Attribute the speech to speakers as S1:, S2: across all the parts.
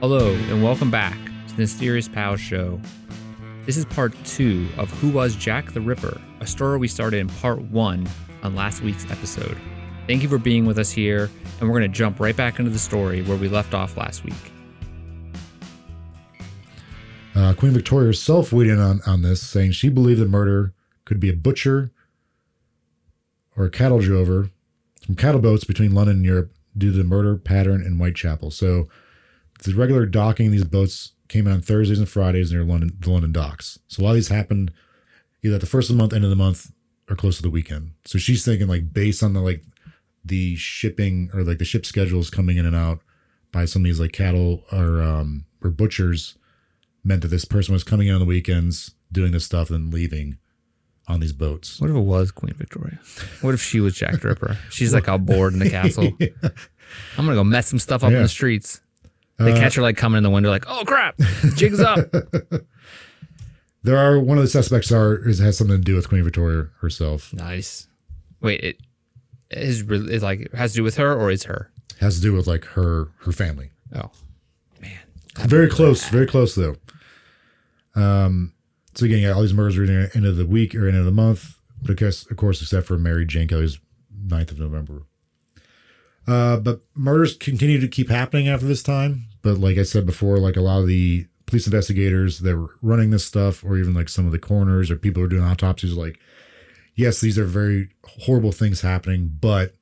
S1: Hello, and welcome back to the Mysterious Pals Show. This is part two of Who Was Jack the Ripper, a story we started in part one on last week's episode. Thank you for being with us here, and we're going to jump right back into the story where we left off last week.
S2: Uh, Queen Victoria herself weighed in on, on this, saying she believed the murder could be a butcher or a cattle drover from cattle boats between London and Europe due to the murder pattern in Whitechapel. So the regular docking of these boats came in on Thursdays and Fridays near London the London docks. So a lot of these happened either at the first of the month, end of the month, or close to the weekend. So she's thinking like based on the like the shipping or like the ship schedules coming in and out by some of these like cattle or um or butchers meant that this person was coming in on the weekends doing this stuff and leaving on these boats.
S1: What if it was Queen Victoria? What if she was Jack the Ripper? She's like all bored in the castle. I'm going to go mess some stuff up in
S2: Yeah.
S1: the streets. They
S2: Uh,
S1: catch her like coming in the window, like, oh crap, jig's up.
S2: There are one of the suspects are is, has something to do with Queen Victoria herself.
S1: nice. Wait, it is re- it like has to do with her or is her?
S2: Has to do with like her her family.
S1: Oh,
S2: Very close, very close though. Um, so again, yeah, all these murders are either end of the week or end of the month, but of course, of course except for Mary Jane Kelly's 9th of November. Uh, but murders continue to keep happening after this time. But like I said before, like a lot of the police investigators that were running this stuff, or even like some of the coroners or people who are doing autopsies, are like, yes, these are very horrible things happening, but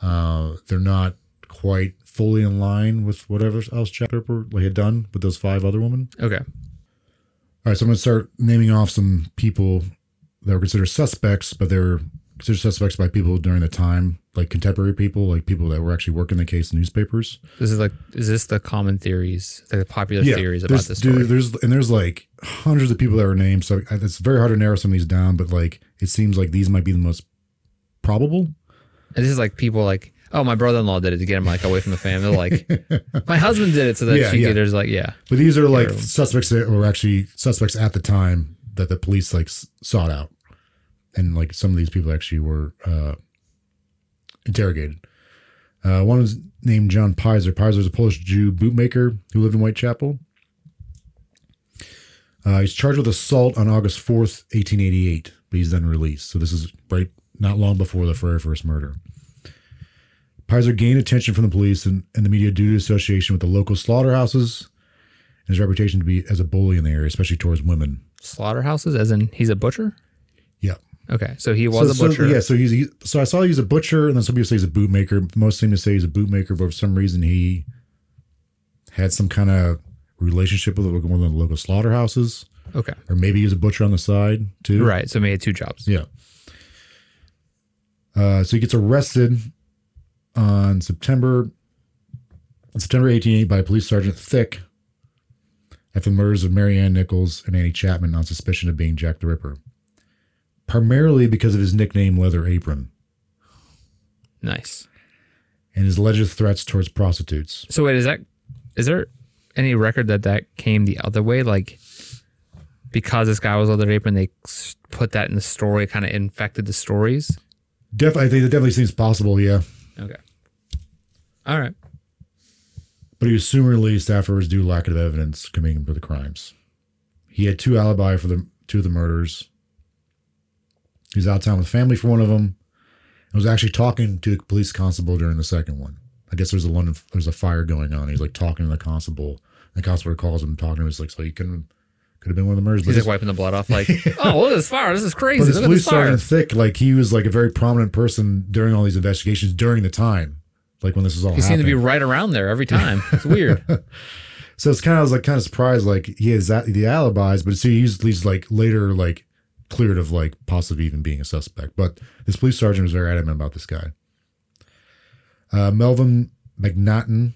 S2: uh, they're not quite fully in line with whatever else Jack Ripper like, had done with those five other women.
S1: okay.
S2: All right, so I'm going to start naming off some people that were considered suspects, but they were considered suspects by people during the time, like contemporary people, like people that were actually working the case in newspapers.
S1: This is like, is this the common theories, like the popular theories about
S2: there's-
S1: this
S2: dude,
S1: story?
S2: there's and there's like hundreds of people that were named, so it's very hard to narrow some of these down. But like, it seems like these might be the most probable.
S1: and this is like people like, oh, my brother-in-law did it to get him like away from the family. like, my husband did it so that
S2: Yeah,
S1: she
S2: yeah.
S1: could. There's like, yeah,
S2: But these are like
S1: Terrible.
S2: suspects that were actually suspects at the time that the police like s- sought out, and like some of these people actually were uh, interrogated. Uh, one was named John Pizer. Pizer was a Polish Jew bootmaker who lived in Whitechapel. Uh, he's charged with assault on August fourth, eighteen eighty-eight, but he's then released. So this is right not long before the very first murder. Pizer gained attention from the police and, and the media due to association with the local slaughterhouses and his reputation to be as a bully in the area, especially towards women.
S1: slaughterhouses, as in he's a butcher.
S2: Yeah.
S1: Okay, so he was
S2: so,
S1: a butcher.
S2: So, yeah, so he's he, so I saw he's a butcher, and then some people say he's a bootmaker. Most seem to say he's a bootmaker, but for some reason he had some kind of relationship with one of the local slaughterhouses,
S1: Okay,
S2: or maybe he was a butcher on the side too.
S1: right. So he had two jobs.
S2: Yeah. Uh, so he gets arrested on September on September 1888 by Police Sergeant Thick after the murders of Mary Ann Nichols and Annie Chapman on suspicion of being Jack the Ripper, primarily because of his nickname Leather Apron
S1: Nice.
S2: and his alleged threats towards prostitutes.
S1: So wait, is that is there any record that that came the other way? Like because this guy was leather apron, they s- put that in the story, kind of infected the stories.
S2: Def- I think that definitely seems possible, yeah.
S1: Okay. All right.
S2: but he was soon released after his due lack of evidence committing him for the crimes. He had two alibi for the two of the murders. He was out of town with family for one of them, and was actually talking to a police constable during the second one. I guess there's a London there's a fire going on. He's like talking to the constable. The constable calls him, talking to him. He's like, "So you couldn't could have been one of the murders."
S1: He's
S2: this-
S1: like wiping the blood off, like, oh, look at this fire. This is crazy.
S2: but this
S1: Look at this
S2: police
S1: fire.
S2: sergeant Thick, like he was like a very prominent person during all these investigations during the time, like when this was all.
S1: He seemed to
S2: happening.
S1: be right around there every time. It's weird.
S2: So it's kind of I was like kind of surprised, like he has that, the alibis, but see, he's, he's like later like cleared of like possibly even being a suspect. But this police sergeant was very adamant about this guy. Uh, Melvin McNaughton.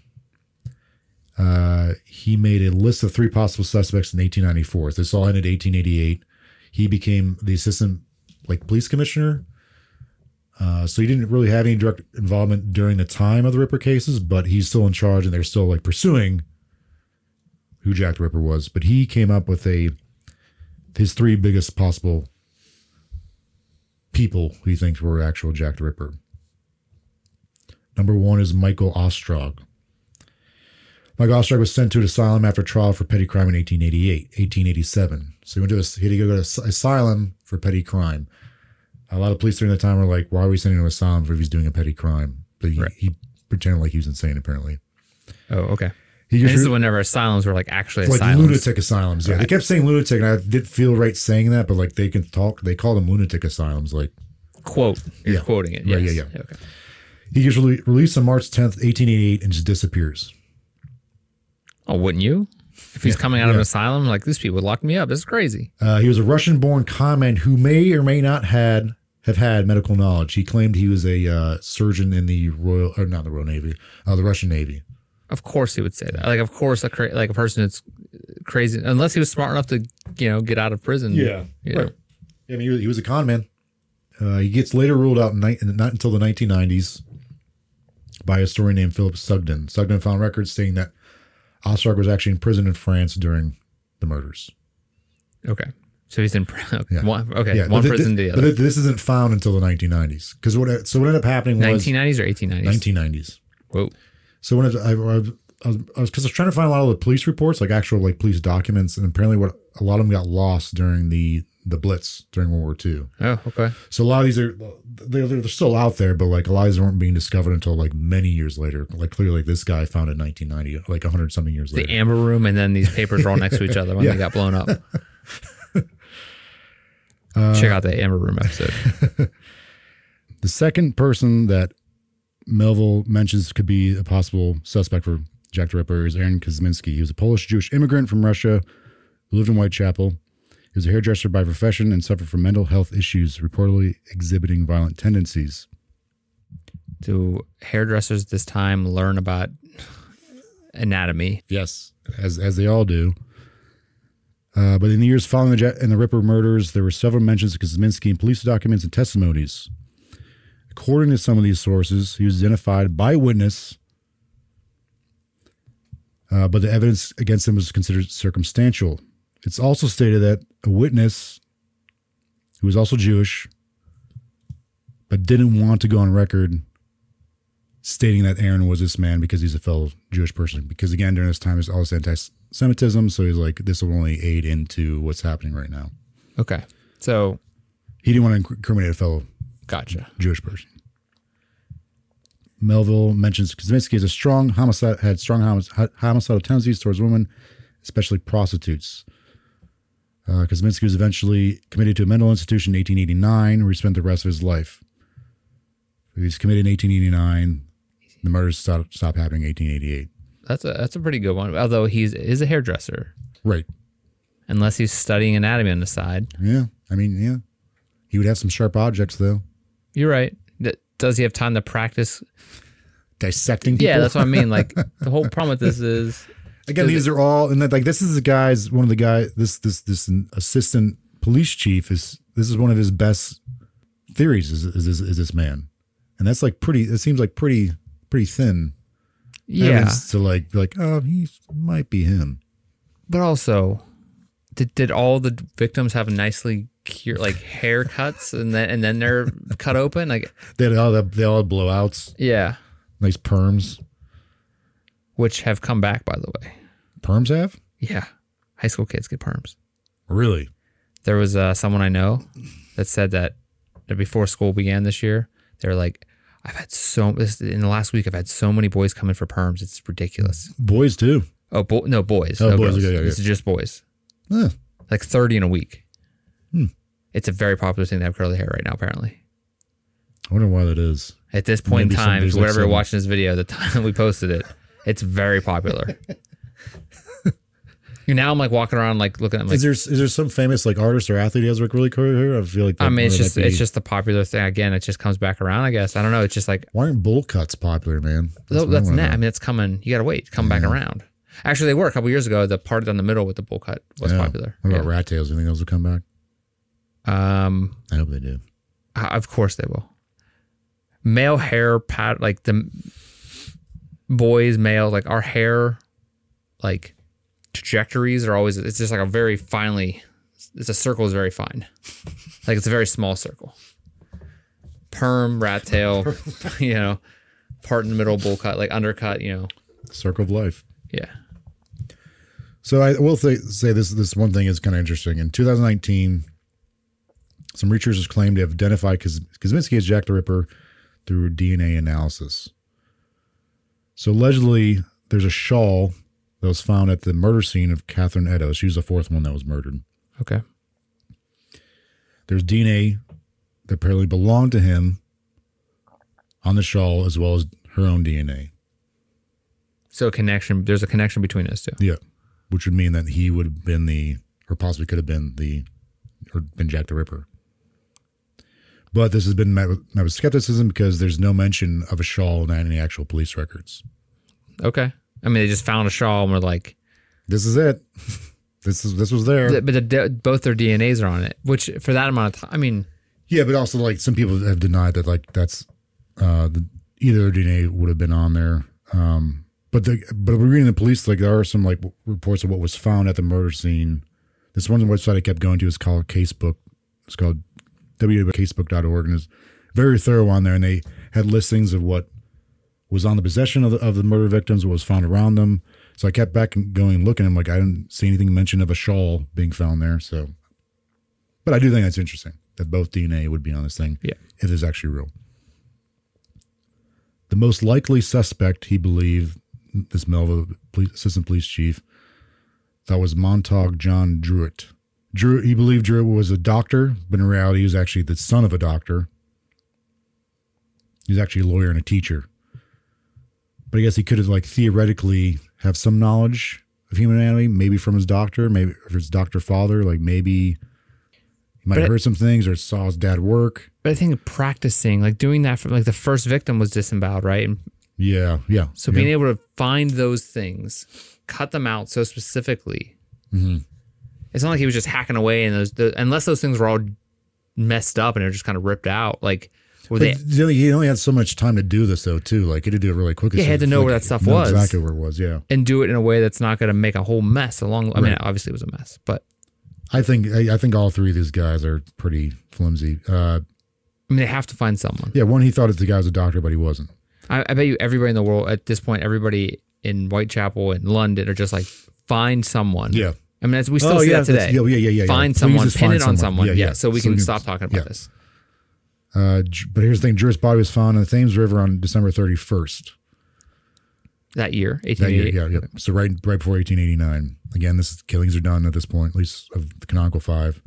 S2: Uh, he made a list of three possible suspects in 1894. So this all ended 1888. He became the assistant like police commissioner. Uh, so he didn't really have any direct involvement during the time of the Ripper cases, but he's still in charge and they're still like pursuing who Jack the Ripper was, but he came up with a his three biggest possible people who he thinks were actual Jack the Ripper. Number one is Michael Ostrog. Mike Ostrog was sent to an asylum after trial for petty crime in 1888, 1887. So he went to this, he had to go to as- asylum for petty crime. A lot of police during that time were like, "Why are we sending him to asylum if he's doing a petty crime?" But he,
S1: Right.
S2: he pretended like he was insane. Apparently,
S1: Oh, okay.
S2: he
S1: And this
S2: just
S1: is whenever asylums were like actually
S2: like
S1: asylums.
S2: lunatic asylums. Yeah, they
S1: Right.
S2: kept saying lunatic, and I did feel right saying that, but like they can talk. They call them lunatic asylums. Like
S1: Quote. You're
S2: Yeah.
S1: quoting it.
S2: Right,
S1: Yes.
S2: yeah,
S1: Okay.
S2: he gets rele- released on March 10th, 1888, and just disappears.
S1: Oh, wouldn't you? If he's coming out of
S2: yeah.
S1: an asylum, like these people locked me up. This is crazy.
S2: Uh, he was a Russian-born conman who may or may not had have had medical knowledge. He claimed he was a uh, surgeon in the Royal, or not the Royal Navy, uh, the Russian Navy.
S1: Of course he would say that. Like, of course, a cra- like a person that's crazy, unless he was smart enough to, you know, get out of prison. You know.
S2: Right. I mean, he was, he was a con man. Uh, he gets later ruled out, in ni- not until the 1990s, by a historian named Philip Sugden. Sugden found records saying that Ostrog was actually in prison in France during the murders.
S1: Okay. So he's in pri-
S2: Yeah.
S1: one. Okay.
S2: but
S1: one
S2: thi-
S1: prison to the
S2: But
S1: other.
S2: thi- this isn't found until the 1990s. Because what? So what ended up happening was
S1: 1990s or 1890s.
S2: 1990s.
S1: Whoa.
S2: So when I, I, I, was- I was because I was trying to find a lot of the police reports, like actual like police documents, and apparently what a lot of them got lost during the the Blitz during World War II.
S1: Oh, okay.
S2: So a lot of these are they're, they're still out there, but like a lot of these weren't being discovered until like many years later. Like clearly, like this guy found it in 1990, like 100 something years
S1: The
S2: later.
S1: amber room, and then these papers were all next to each other when
S2: Yeah.
S1: they got blown up.
S2: Uh,
S1: Check out the amber room episode.
S2: the second person that Melville mentions could be a possible suspect for Jack the Ripper is Aaron Kosminski. He was a Polish Jewish immigrant from Russia who lived in Whitechapel. He was a hairdresser by profession and suffered from mental health issues, reportedly exhibiting violent tendencies.
S1: Do hairdressers this time learn about anatomy?
S2: Yes, as as they all do. Uh, but in the years following the Jet and the Ripper murders, there were several mentions of Kaczynski in police documents and testimonies. According to some of these sources, he was identified by witness, uh, but the evidence against him was considered circumstantial. It's also stated that a witness who was also Jewish, but didn't want to go on record stating that Aaron was this man because he's a fellow Jewish person. Because again, during this time, there's all this anti-Semitism, so he's like, this will only aid into what's happening right now.
S1: Okay. So,
S2: He didn't want to incriminate a fellow
S1: gotcha.
S2: Jewish person. Melville mentions Kaczynski as a strong homicide had strong homic- homicidal tendencies towards women, especially prostitutes. Uh, Kaczynski was eventually committed to a mental institution in 1889, where he spent the rest of his life. He was committed in 1889. The murders stopped, stopped happening in 1888.
S1: That's a that's a pretty good one. Although he's is a hairdresser,
S2: Right.
S1: unless he's studying anatomy on the side.
S2: Yeah. I mean, yeah. He would have some sharp objects, though.
S1: You're right. That- Does he have time to practice?
S2: Dissecting people.
S1: Yeah, that's what I mean. Like the whole problem with this is
S2: Again, these are all, and that, like this is the guy's one of the guy. This this this assistant police chief is this is one of his best theories is is, is, is this man, and that's like pretty. It seems like pretty pretty thin.
S1: yeah,
S2: evidence To like like oh he might be him.
S1: but also did, did all the victims have nicely cured like haircuts and then and then they're cut open like
S2: They had all that they all had blowouts,
S1: yeah,
S2: nice perms.
S1: which have come back by the way.
S2: Perms have
S1: Yeah, high school kids get perms.
S2: really
S1: there was uh, someone I know that said that, that before school began this year, they were like, I've had so this in the last week. I've had so many boys come in for perms. It's ridiculous.
S2: boys too.
S1: Oh, bo- no boys.
S2: Oh,
S1: no
S2: boys,
S1: girls.
S2: okay, okay,
S1: This is just boys.
S2: Huh.
S1: Like thirty in a week.
S2: Hmm.
S1: It's a very popular thing to have curly hair right now. Apparently,
S2: I wonder why that is.
S1: at this point
S2: Maybe
S1: in time,
S2: somebody's like
S1: whatever you're
S2: saying-
S1: watching this video, the time we posted it, it's very popular. now I'm like walking around like looking at my
S2: is there is there some famous like artist or athlete who has like really cool hair? I feel like that-
S1: I mean, it's
S2: that
S1: just
S2: might be-
S1: it's just the popular thing. Again, it just comes back around. I guess I don't know. It's just like
S2: why aren't bowl cuts popular, man?
S1: that's,
S2: what I
S1: that's
S2: wanna
S1: net.
S2: know.
S1: I mean, it's coming. You got to wait. Come back around. Actually, they were a couple years ago. The part down the middle with the bowl cut was
S2: Yeah.
S1: popular.
S2: What about rat tails? You think those will come back?
S1: Yeah. Um,
S2: I hope they do.
S1: I- Uh, of course they will. Male hair pat like the m- boys, male like our hair, like trajectories are always. It's just like a very finely. It's a circle is very fine, like it's a very small circle. Perm, rat tail, you know, part in the middle, bowl cut, like undercut, you know.
S2: Circle of life.
S1: Yeah.
S2: So I will th- say this this one thing is kind of interesting. In 2019, some researchers claimed to have identified Kaz- Kaczynski as Jack the Ripper through DNA analysis. So allegedly, there's a shawl that was found at the murder scene of Catherine Edo. She was the fourth one that was murdered.
S1: Okay.
S2: There's DNA that apparently belonged to him on the shawl, as well as her own DNA.
S1: So connection. There's a connection between those two.
S2: Yeah, which would mean that he would have been the, or possibly could have been the, or been Jack the Ripper. But this has been met with, met with skepticism because there's no mention of a shawl in any actual police records.
S1: Okay. I mean, they just found a shawl and were like,
S2: This is it. this is this was there.
S1: but the, d both their DNAs are on it. Which for that amount of time, I mean,
S2: yeah, but also like some people have denied that like that's uh the, either their DNA would have been on there. Um but the but we're reading the police like there are some like w- reports of what was found at the murder scene. This one website I kept going to is called Casebook. It's called www.casebook.org and is very thorough on there and they had listings of what was on the possession of the, of the murder victims, what was found around them. So I kept back and going looking. I'm like, I didn't see anything mentioned of a shawl being found there. So, but I do think that's interesting that both DNA would be on this thing
S1: Yeah.
S2: if it's actually real. The most likely suspect, he believed, this Melville police, assistant police chief, that was Montauk John Druitt. Drew, he believed Drew was a doctor, but in reality, he was actually the son of a doctor. He was actually a lawyer and a teacher. But I guess he could have, like, theoretically have some knowledge of human anatomy, maybe from his doctor, maybe if his doctor father, like maybe he might have
S1: But-
S2: heard some things or saw his dad work.
S1: but I think practicing, like doing that for like the first victim was disemboweled, right? And
S2: Yeah, yeah.
S1: so being able to find those things, cut them out so specifically,
S2: Mm-hmm.
S1: it's not like he was just hacking away and those, the, unless those things were all messed up and they're just kind of ripped out. Like, were they,
S2: But you know, he only had so much time to do this though, too. Like he had to do it really quickly.
S1: Yeah, he had
S2: so
S1: to know
S2: like,
S1: where that stuff
S2: know
S1: was.
S2: Exactly where it was. Yeah,
S1: and do it in a way that's not going to make a whole mess along. I mean, obviously it was a mess, but
S2: I think I, I think all three of these guys are pretty flimsy. Uh,
S1: I mean, they have to find someone.
S2: yeah, one he thought the guy was a doctor, but he wasn't.
S1: I, I bet you everybody in the world at this point, everybody in Whitechapel and London are just like, find someone.
S2: Yeah.
S1: I mean, as we still see that
S2: that's-
S1: today.
S2: Oh, Yeah, yeah, yeah, yeah.
S1: Find
S2: yeah.
S1: someone,
S2: Please just
S1: pin
S2: find
S1: it on someone. Yeah, so we can stop talking about
S2: yeah.
S1: this.
S2: Uh, J- but here's the thing: Drew's body was found in the Thames River on December 31st.
S1: That year,
S2: That year,
S1: 1888.
S2: yeah, yeah. So right, right before 1889. Again, this is, killings are done at this point, at least of the canonical five.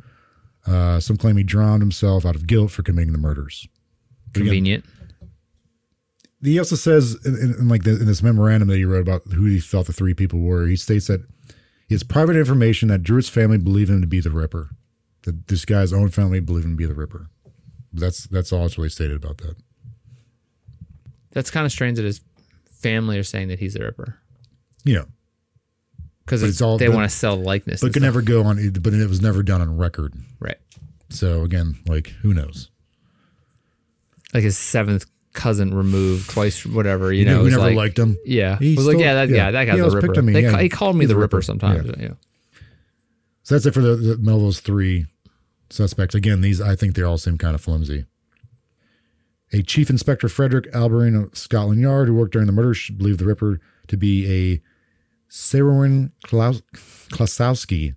S2: Uh, some claim he drowned himself out of guilt for committing the murders. But again,
S1: Convenient.
S2: he also says in, in, in like the, in this memorandum that he wrote about who he thought the three people were he states that he has private information that Druitt's family believe him to be the Ripper that this guy's own family believe him to be the Ripper that's that's all it's really stated about that
S1: That's kind of strange that his family are saying that he's the Ripper
S2: you know
S1: because
S2: it's all-
S1: they
S2: but-
S1: want to sell the likeness.
S2: but
S1: and
S2: could
S1: stuff.
S2: never go on but it was never done on record
S1: right.
S2: so again like who knows
S1: Like his seventh cousin removed twice, whatever. You,
S2: you
S1: know,
S2: know
S1: it
S2: who
S1: was
S2: never
S1: like-
S2: liked him
S1: Yeah,
S2: He
S1: was like
S2: still-
S1: yeah, that, yeah,
S2: yeah.
S1: that
S2: He
S1: guy's
S2: always
S1: the
S2: picked
S1: Ripper.
S2: on me,
S1: They
S2: yeah.
S1: ca- he called me
S2: He's
S1: the
S2: a
S1: Ripper,
S2: Ripper,
S1: sometimes. Yeah.
S2: so that's it for the, the Melville's three suspects again these I think they all seem kind of flimsy A Chief Inspector Frederick Alberin of Scotland Yard, who worked during the murder, sh- believed the Ripper to be a Saroin Klaus- Klasowski,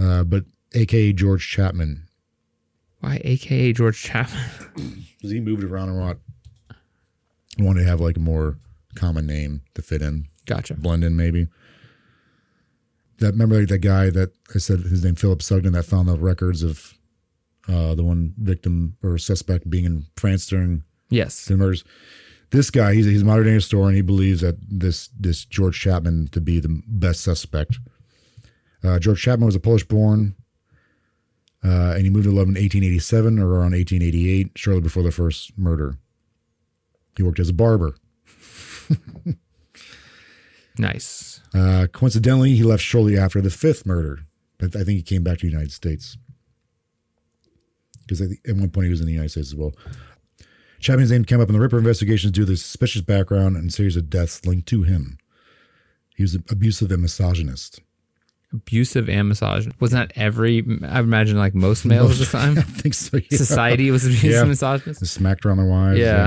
S2: uh, but aka George Chapman.
S1: Why, AKA George Chapman?
S2: Because he moved around a lot. He Wanted to have like a more common name to fit in,
S1: Gotcha.
S2: blend in maybe. That remember like, that guy that I said his name Philip Sugden that found the records of uh, the one victim or suspect being in France during
S1: Yes.
S2: the murders. This guy, he's, he's a modern day historian. He believes that this this George Chapman to be the best suspect. Uh, George Chapman was a Polish born, uh, and he moved to London in 1887 or around 1888, shortly before the first murder. He worked as a barber.
S1: Nice.
S2: Uh, coincidentally, he left shortly after the fifth murder, but I think he came back to the United States because at one point he was in the United States as well. Chapman's name came up in the Ripper investigations due to the suspicious background and series of deaths linked to him. He was abusive and misogynist.
S1: Abusive and misogynist. Wasn't that every, I imagine, like most males this
S2: I
S1: time?
S2: think so. Yeah.
S1: Society was abusive
S2: Yeah.
S1: and misogynist?
S2: Smacked around their wives.
S1: Yeah.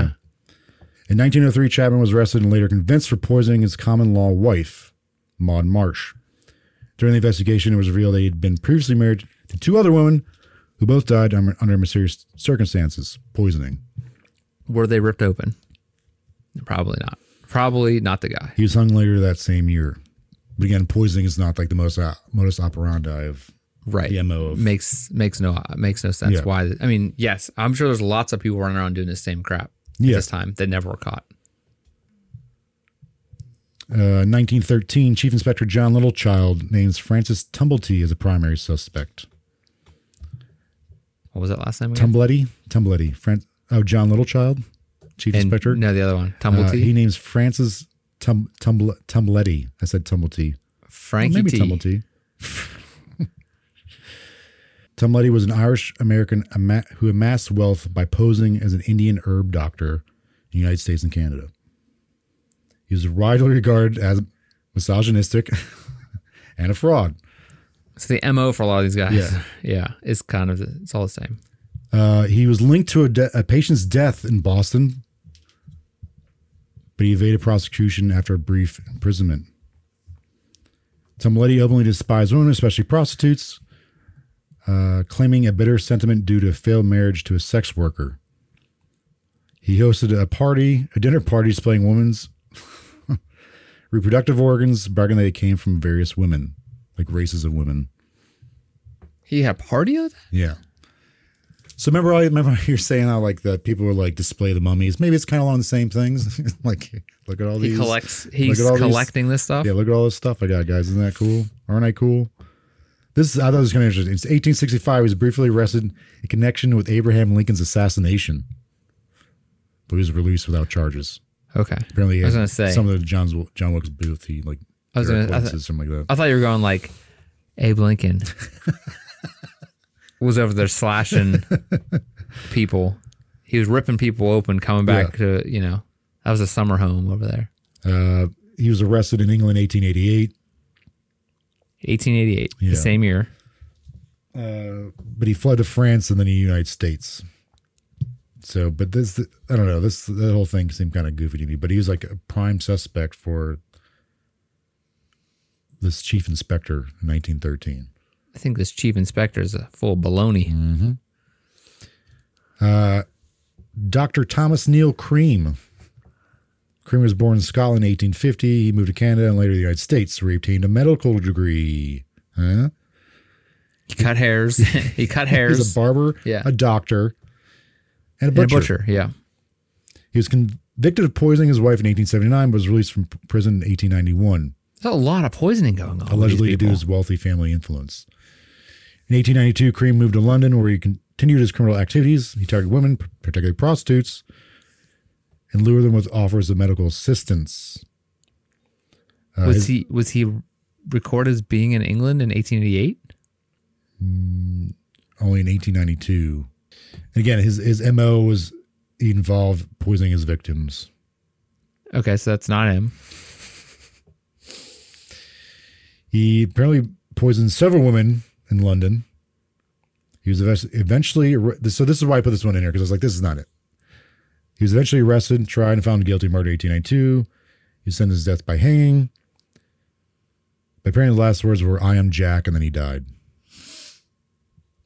S2: In 1903, Chapman was arrested and later convinced for poisoning his common law wife, Maud Marsh. During the investigation, it was revealed that he had been previously married to two other women who both died under, under mysterious circumstances poisoning.
S1: Were they ripped open? Probably not. Probably not the guy.
S2: He was hung later that same year. But again, poisoning is not like the most uh, modus operandi of
S1: Right.
S2: the MO of.
S1: Makes makes no makes no sense.
S2: Yeah.
S1: Why? I mean, yes, I'm sure there's lots of people running around doing the same crap
S2: Yeah.
S1: this time that never were caught.
S2: Uh, 1913, Chief Inspector John Littlechild names Francis Tumblety as a primary suspect.
S1: What was that last name? Again?
S2: Tumbletti? Tumbletti. Fran- oh, John Littlechild, Chief
S1: And-
S2: Inspector.
S1: No, the other one. Tumble
S2: Uh,
S1: tea.
S2: he names Francis Tum- Tumble- Tumbletti. I said Tumbletti.
S1: Frankie
S2: maybe
S1: T.
S2: Tumbletti. Tumbletti was an Irish American ama- who amassed wealth by posing as an Indian herb doctor in the United States and Canada. He was widely regarded as misogynistic and a fraud.
S1: So the mo for a lot of these guys,
S2: Yeah.
S1: yeah, it's kind of the, it's all the same.
S2: Uh, he was linked to a, de- a patient's death in Boston, but he evaded prosecution after a brief imprisonment. Tumbletti openly despised women, especially prostitutes, uh, claiming a bitter sentiment due to a failed marriage to a sex worker. He hosted a party, a dinner party displaying women's reproductive organs, bragging that they came from various women, like races of women.
S1: He had a party with that?
S2: Yeah. So remember, I remember you're saying how like the people were like display the mummies. Maybe it's kind of along the same things. like, look at all
S1: He
S2: these.
S1: collects. He's
S2: look at all these-
S1: collecting this stuff.
S2: Yeah, look at all this stuff I got, guys. Isn't that cool? Aren't I cool? This is, I thought it was kind of interesting. It's 1865. He was briefly arrested in connection with Abraham Lincoln's assassination, but he was released without charges.
S1: Okay.
S2: Apparently, he
S1: I was
S2: had
S1: gonna say-
S2: some of the John's John Wilkes Booth. He like
S1: I was gonna- I
S2: Derek
S1: thought-
S2: Watson's, something like that.
S1: I thought you were going like Abe Lincoln was over there slashing people. He was ripping people open, coming back to you know that was a summer home over there.
S2: Uh, he was arrested in England 1888.
S1: 1888,
S2: Yeah.
S1: the same year.
S2: Uh, but he fled to France and then the United States. So, but this, I don't know, this, that whole thing seemed kind of goofy to me, but he was like a prime suspect for this chief inspector in 1913.
S1: I think this chief inspector is a full of baloney.
S2: Mm. Dr. Thomas Neal Cream. Cream was born in Scotland in 1850. He moved to Canada and later the United States, where he obtained a medical degree. Huh?
S1: He cut hairs. he cut
S2: He's a
S1: hairs.
S2: barber,
S1: Yeah.
S2: a doctor,
S1: And
S2: and a
S1: a
S2: butcher.
S1: butcher. Yeah.
S2: He was convicted of poisoning his wife in 1879, but was released from p- prison in 1891,
S1: There's a lot of poisoning going on. with
S2: allegedly
S1: these
S2: to do
S1: people.
S2: his wealthy family influence. In 1892, Cream moved to London, where he continued his criminal activities. He targeted women, p- particularly prostitutes, and lured them with offers of medical assistance. Uh,
S1: was
S2: his-
S1: he was he recorded as being in England in 1888?
S2: only in 1892. And again, his his mo was he involved poisoning his victims.
S1: Okay, so that's not him.
S2: He apparently poisoned several women in London. He was eves- eventually ar- so this is why I put this one in here because I was like, this is not it. He was eventually arrested, tried, and found guilty of murder in 1892. He was sentenced to death by hanging. But apparently, the last words were "I am Jack," and then he died.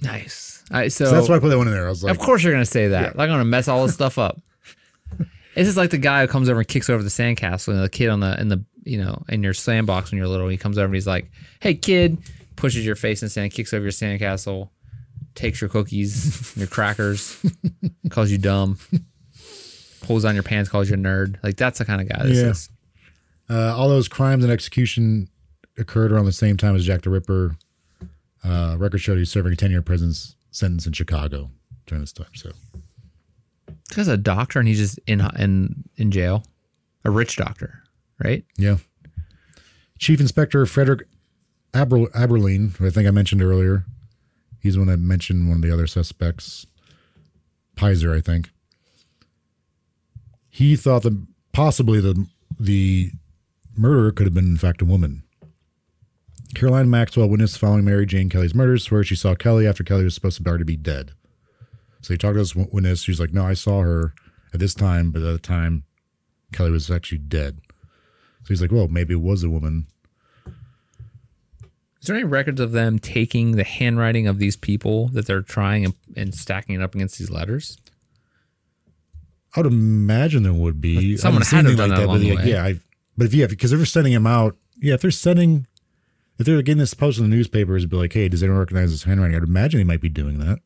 S1: Nice. All right, so,
S2: So that's why I put that one in there. I was like,
S1: of course you're gonna say that. Like I'm gonna mess all this stuff up. This is like the guy who comes over and kicks over the sandcastle, and the kid on the in the you know in your sandbox when you're little. He comes over and he's like, "Hey, kid," pushes your face in sand, kicks over your sandcastle, takes your cookies, your crackers, calls you dumb, pulls on your pants, calls you a nerd. Like that's the kind of guy this
S2: Yeah.
S1: is.
S2: uh, all those crimes and execution occurred around the same time as Jack the Ripper. Uh, record showed he was serving a 10-year prison s- sentence in Chicago during this time. So
S1: This guy's a doctor and he's just in in in jail. A rich doctor, right?
S2: Yeah. Chief Inspector Frederick Aber- Aberline, who I think I mentioned earlier, he's the one I mentioned one of the other suspects, Pizer, I think. He thought that possibly the the murderer could have been in fact a woman. Caroline Maxwell, witness following Mary Jane Kelly's murder, swears she saw Kelly after Kelly was supposed to already be dead. So he talked to this witness. She's like, "No, I saw her at this time, but at the time Kelly was actually dead. So he's like, well, maybe it was a woman.
S1: Is there any records of them taking the handwriting of these people that they're trying and, and stacking it up against these letters?
S2: I would imagine there would be.
S1: But someone
S2: I
S1: had to
S2: haven't
S1: have
S2: seen
S1: done
S2: anything
S1: that
S2: but
S1: along the
S2: like,
S1: way.
S2: yeah, I, but if yeah, because if they're sending them out, yeah, if they're sending, if they're getting this posted in the newspapers, it'd be like, hey, does anyone recognize this handwriting? I'd imagine they might be doing that.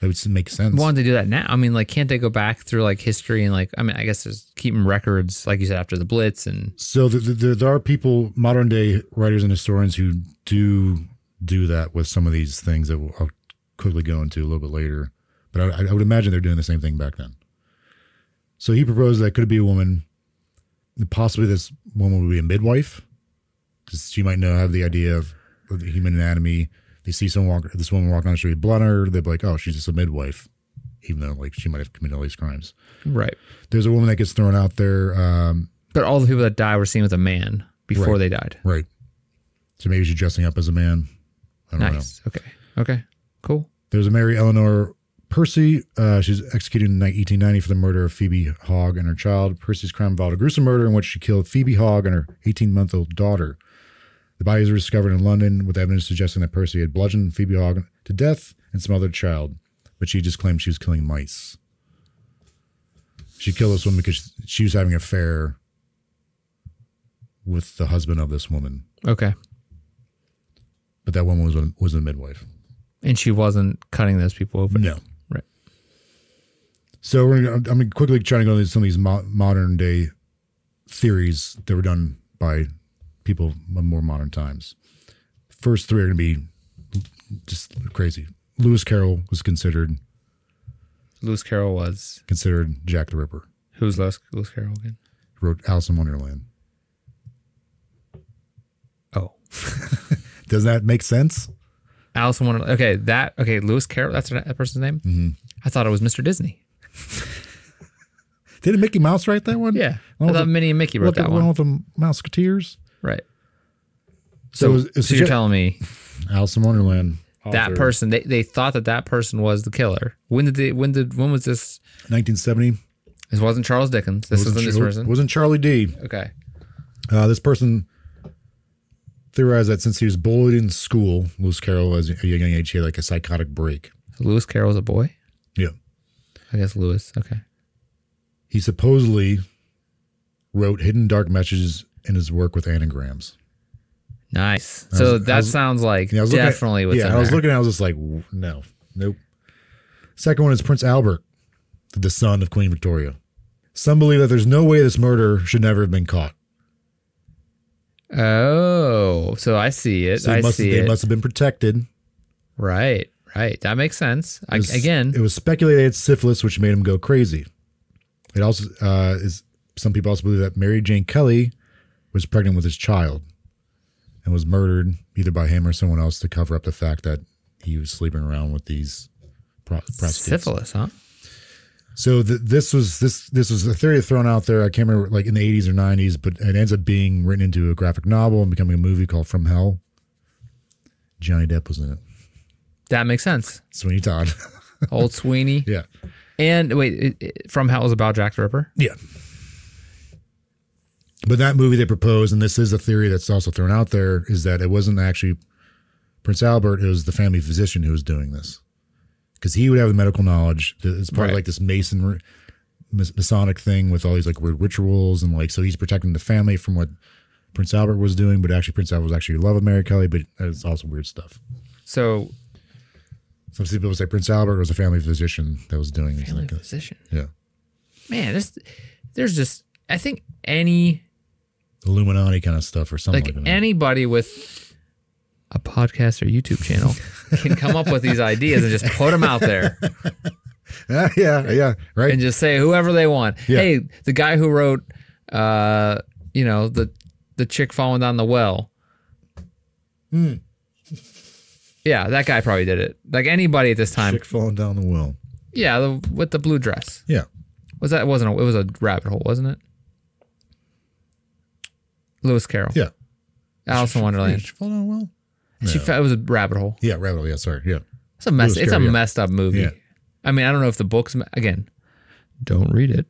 S2: That would s- make sense.
S1: Why don't they do that now? I mean, like, can't they go back through like history and like? I mean, I guess there's keeping records, like you said, after the Blitz and
S2: So th th there, there are people, modern day writers and historians, who do do that with some of these things that I'll quickly go into a little bit later. But I, I would imagine they're doing the same thing back then. So he proposed that it could be a woman. Possibly this woman would be a midwife, because she might know have the idea of the human anatomy. They see someone walk, this woman walking on the street, with blood on her. They'd be like, "Oh, she's just a midwife," even though like she might have committed all these crimes.
S1: right.
S2: There's a woman that gets thrown out there. Um,
S1: But all the people that died were seen with a man before
S2: Right.
S1: they died.
S2: Right. So maybe she's dressing up as a man. I don't know.
S1: Nice. Okay. Okay. Cool.
S2: There's a Mary Eleanor Percy. Uh, she's executed in 1890 for the murder of Phoebe Hogg and her child. Percy's crime involved a gruesome murder in which she killed Phoebe Hogg and her 18 month old daughter. The bodies were discovered in London with evidence suggesting that Percy had bludgeoned Phoebe Hogg to death and smothered the child, but she just claimed she was killing mice. She killed this woman because she was having an affair with the husband of this woman.
S1: Okay.
S2: but that woman was a, was a midwife.
S1: And she wasn't cutting those people open.
S2: No,
S1: Right.
S2: So we're gonna, I'm going to quickly try to go into some of these mo- modern day theories that were done by people of more modern times. First three are going to be just crazy. Lewis Carroll was considered
S1: Lewis Carroll was
S2: considered Jack the Ripper.
S1: who's Lewis, Lewis Carroll again?
S2: He wrote Alice in Wonderland.
S1: Oh,
S2: Does that make sense?
S1: Alice in Wonderland. Okay, that okay. Lewis Carroll. That's that person's name. Mm-hmm. I thought it was Mr. Disney.
S2: Did Mickey Mouse write that one?
S1: Yeah.
S2: Well,
S1: I thought
S2: the-
S1: Minnie and Mickey wrote
S2: What the
S1: that
S2: one
S1: one.
S2: with the Mouseketeers?
S1: Right.
S2: So
S1: So,
S2: is- is
S1: so
S2: the
S1: you're
S2: ge-
S1: telling me
S2: Alice in Wonderland.
S1: that
S2: author,
S1: person they, they thought that that person was the killer. When did they? When did? When was this?
S2: 1970.
S1: This wasn't Charles Dickens. This wasn't, this
S2: Char-
S1: person.
S2: Wasn't Charlie D.
S1: okay.
S2: Uh, this person theorized that since he was bullied in school, Lewis Carroll, as a young age, he had like a psychotic break.
S1: So Lewis Carroll's a boy.
S2: Yeah.
S1: I guess Lewis. Okay.
S2: He supposedly wrote hidden dark messages in his work with anagrams.
S1: Nice.
S2: I
S1: so
S2: was- I
S1: that
S2: was-
S1: sounds like
S2: Yeah, I was looking at-
S1: definitely what's
S2: yeah,
S1: in
S2: I was
S1: there.
S2: looking at it, I was just like, "W- no, nope. Second one is Prince Albert, the son of Queen Victoria. Some believe that there's no way this murder should never have been caught.
S1: Oh, so I see it.
S2: So
S1: I
S2: they must,
S1: see
S2: they
S1: it.
S2: must have been protected.
S1: Right, right. That makes sense. I,
S2: It was-
S1: again,
S2: it was speculated he had syphilis, which made him go crazy. It also uh, is some people also believe that Mary Jane Kelly was pregnant with his child and was murdered either by him or someone else to cover up the fact that he was sleeping around with these pro- prostitutes.
S1: syphilis, huh?
S2: So th- this was this this was a theory thrown out there. I can't remember like in the eighties or nineties, but it ends up being written into a graphic novel and becoming a movie called From Hell. Johnny Depp was in it.
S1: That makes sense.
S2: Sweeney Todd.
S1: Old Sweeney.
S2: yeah.
S1: And wait, it, it- From Hell is about Jack the Ripper?
S2: Yeah. But that movie they proposed, and this is a theory that's also thrown out there, is that it wasn't actually Prince Albert, it was the family physician who was doing this. Because he would have the medical knowledge. Th- It's part
S1: Right.
S2: of like this Mason Mas- Masonic thing with all these like weird rituals and like so he's protecting the family from what Prince Albert was doing, but actually Prince Albert was actually in love with Mary Kelly, but it's also weird stuff.
S1: So,
S2: Some people say Prince Albert was a family physician that was doing these
S1: family
S2: like this.
S1: physician.
S2: Yeah.
S1: Man, this, there's just, I think any,
S2: Illuminati kind of stuff or something
S1: like
S2: like, that.
S1: anybody with a podcast or YouTube channel can come up with these ideas and just put them out there
S2: Yeah, yeah, yeah. Right.
S1: and just say whoever they want.
S2: Yeah.
S1: Hey, the guy who wrote, uh, you know, the, the chick falling down the well.
S2: Hmm.
S1: Yeah, that guy probably did it. Like anybody at this time.
S2: Chick falling down the well.
S1: Yeah, the, with the blue dress.
S2: Yeah.
S1: Was that it wasn't a, it was a rabbit hole, wasn't it? Lewis Carroll.
S2: Yeah.
S1: Alice in Wonderland.
S2: Chick fall down the well?
S1: She fe- it was a rabbit hole.
S2: Yeah, rabbit hole. Yeah, sorry. Yeah.
S1: It's a mess.
S2: Lewis
S1: It's a
S2: Carroll, yeah.
S1: messed up movie.
S2: Yeah.
S1: I mean, I don't know if the book's again. Don't read it.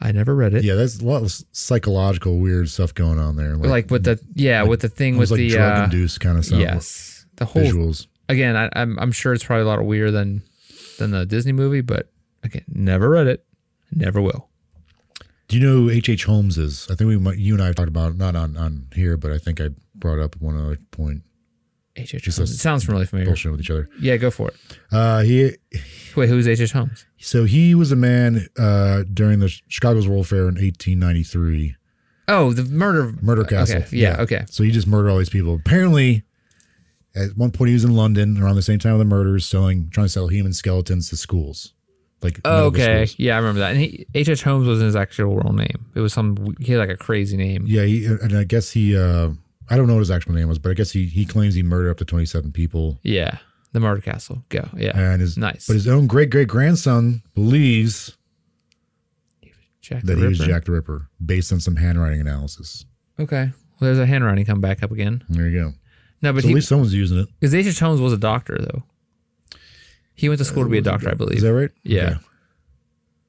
S1: I never read it.
S2: Yeah, that's a lot of psychological weird stuff going on there.
S1: But like with the yeah,
S2: like-
S1: with the thing with
S2: almost like
S1: the
S2: drug
S1: uh,
S2: induced kind of stuff.
S1: yes, Oh. the whole
S2: Visuals.
S1: again. I, I'm I'm sure it's probably a lot weirder than than the Disney movie, but again, never read it, never will.
S2: Do you know who H.H. Holmes is? I think we might, you and I talked about it, not on, on here, but I think I brought up at one other point
S1: H. H.
S2: Just
S1: Holmes.
S2: a
S1: It sounds really familiar.
S2: bullshit with each other.
S1: Yeah, go for it.
S2: Uh, he
S1: Wait, who's H. H. Holmes?
S2: so he was a man uh, during the Chicago's World Fair in 1893.
S1: Oh, the murder
S2: Murder Castle.
S1: Okay. Yeah, okay.
S2: So he just murdered all these people. Apparently, at one point he was in London around the same time of the murders, selling trying to sell human skeletons to schools. Like
S1: Oh,
S2: medical
S1: okay.
S2: schools.
S1: Yeah, I remember that. And he- H. H. Holmes wasn't his actual real name. It was some w- he had like a crazy name.
S2: Yeah, he, and I guess he uh, I don't know what his actual name was, but I guess he he claims he murdered up to 27 people.
S1: Yeah, the murder castle. Go. Yeah,
S2: And his
S1: nice.
S2: but his own great great grandson believes
S1: Jack
S2: that
S1: the
S2: he was
S1: Ripper.
S2: Jack the Ripper based on some handwriting analysis.
S1: Okay. Well, there's a handwriting come back up again.
S2: There you go.
S1: No, but
S2: so
S1: he
S2: at least someone's using it.
S1: because H.H. Holmes was a doctor though. He went to school to be a doctor, I believe.
S2: Is that right?
S1: Yeah.
S2: Okay.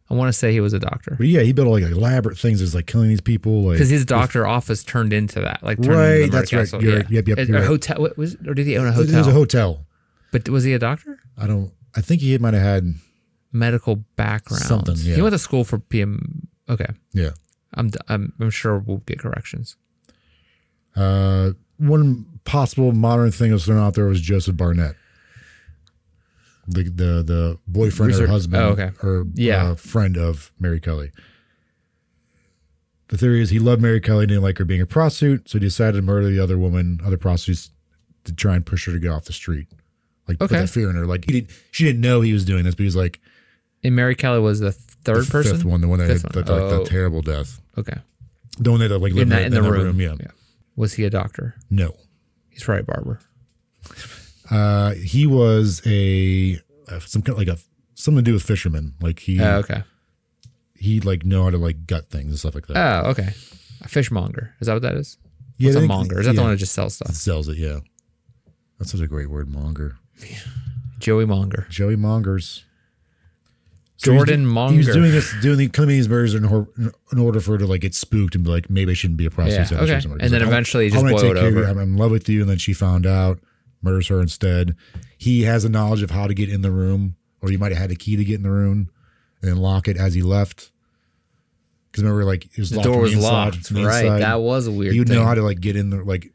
S1: I want to say he was a doctor
S2: But yeah, he built all like elaborate things. It's like killing these people. Like
S1: because his doctor office turned into that, like turned
S2: Right,
S1: Into the murder
S2: that's right.
S1: castle.
S2: You're
S1: yeah.
S2: right. Yep, yep,
S1: A-
S2: you're
S1: a
S2: right.
S1: hotel what was, or did he own a
S2: It was
S1: hotel?
S2: a hotel.
S1: but was he a doctor?
S2: I don't. I think he might have had.
S1: Medical background.
S2: Something, yeah.
S1: He went to school for PM. Okay.
S2: Yeah.
S1: I'm, d- I'm I'm sure we'll get corrections.
S2: Uh, one possible modern thing that was thrown out there was Joseph Barnett, the the the boyfriend
S1: Research-
S2: or husband,
S1: oh, okay.
S2: or
S1: Yeah.
S2: uh, friend of Mary Kelly. The theory is he loved Mary Kelly, didn't like her being a prostitute, so he decided to murder the other woman, other prostitutes, to try and push her to get off the street, like put
S1: Okay.
S2: that fear in her. Like he didn't, she didn't know he was doing this, but he was like
S1: And Mary Kelly was the
S2: the
S1: third person.
S2: fifth one, the one that
S1: Fifth
S2: had
S1: one.
S2: that, like,
S1: Oh.
S2: that terrible death,
S1: Okay.
S2: the one that like lived
S1: In that in the
S2: that
S1: room.
S2: yeah,
S1: Was he a doctor?
S2: no.
S1: He's probably a barber.
S2: Uh, he was a uh, some kind of like a something to do with fishermen. Like he
S1: Oh, okay.
S2: he like know how to like gut things and stuff like that.
S1: Oh, okay. A fishmonger. Is that what that is?
S2: Yeah,
S1: What's
S2: I
S1: a
S2: think-
S1: monger? Is that the
S2: yeah.
S1: one that just sells stuff?
S2: sells it? Yeah, that's such a great word, monger.
S1: Joey Monger.
S2: Joey Mongers. So he's
S1: Jordan
S2: do-
S1: Monger.
S2: He was doing this, doing the committing these murders in, hor- in order for her to like get spooked and be like, maybe I shouldn't be a prostitute.
S1: Yeah,
S2: so I should
S1: okay.
S2: somewhere.
S1: And
S2: He's
S1: then
S2: like, I-
S1: eventually it
S2: I
S1: just
S2: wanna
S1: boiled
S2: take care of you.
S1: over.
S2: I'm in love with you, and then she found out, murders her instead. He has a knowledge of how to get in the room, or he might have had a key to get in the room, and then lock it as he left. Because remember, like it was
S1: The
S2: locked
S1: door
S2: from
S1: was
S2: inside-
S1: locked.
S2: from the
S1: Right.
S2: inside.
S1: That was a weird
S2: You'd
S1: thing.
S2: know how to like get in there, like,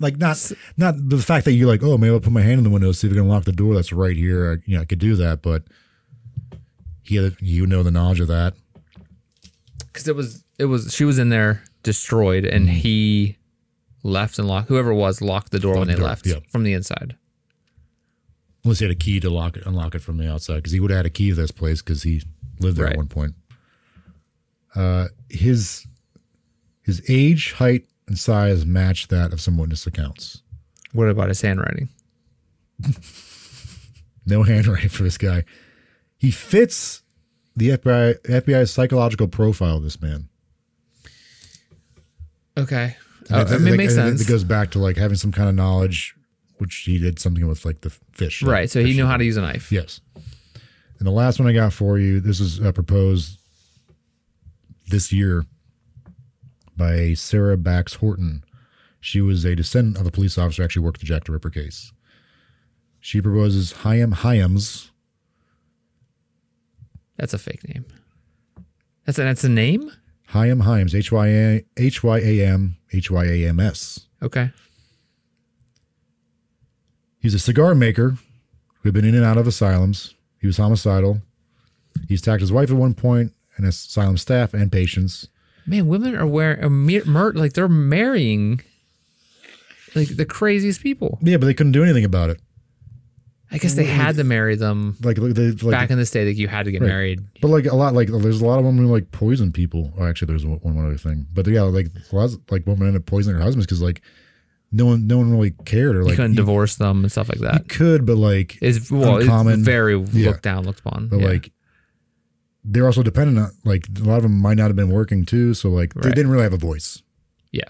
S2: like not not the fact that you're like, oh, maybe I'll put my hand in the window, see if I can lock the door that's right here. I, you know, I could do that, but he had, you know the knowledge of that.
S1: Because it was it was she was in there destroyed and
S2: Mm.
S1: he left and locked whoever it was locked the door when
S2: Locked
S1: they
S2: the door,
S1: left
S2: yeah.
S1: from the inside.
S2: Unless he had a key to lock it, unlock it from the outside, because he would have had a key to this place because he lived there
S1: Right.
S2: at one point. Uh, his his age, height, and size matched that of some witness accounts.
S1: What about his handwriting?
S2: No handwriting for this guy. He fits the FBI FBI's psychological profile. of This man.
S1: Okay.
S2: And
S1: Oh, I
S2: th-
S1: mean, it
S2: like,
S1: makes
S2: and
S1: sense.
S2: It goes back to like having some kind of knowledge, which he did something with like the fish. like
S1: right. So he
S2: fish-
S1: knew how to use a knife.
S2: Yes. And the last one I got for you. This is uh, proposed this year by Sarah Bax Horton. She was a descendant of a police officer who actually worked the Jack the Ripper case. She proposes Chaim Hyams.
S1: That's a fake name. That's a, that's a name?
S2: Chaim Hyams. H Y A H Y A M H Y A M S.
S1: Okay.
S2: He's a cigar maker who had been in and out of asylums. He was homicidal. He's attacked his wife at one point and asylum staff and patients.
S1: Man, women are wearing a mer- mer- like they're marrying like the craziest people.
S2: Yeah, but they couldn't do anything about it.
S1: I guess they had to marry them
S2: Like, like they, like
S1: back in this day. Like you had to get married.
S2: but like a lot, like there's a lot of women who like poison people. Oh, actually, there's one, one other thing. But yeah, like lots, like women end up poisoning their husbands because like no one, no one really cared or
S1: You
S2: like
S1: couldn't
S2: you-
S1: divorce them and stuff like
S2: you
S1: that.
S2: could, but like
S1: It's well, it's
S2: uncommon.
S1: very
S2: Yeah.
S1: looked down, looked upon.
S2: but
S1: Yeah.
S2: like they're also dependent on like a lot of them might not have been working too. So like they
S1: Right.
S2: didn't really have a voice.
S1: yeah,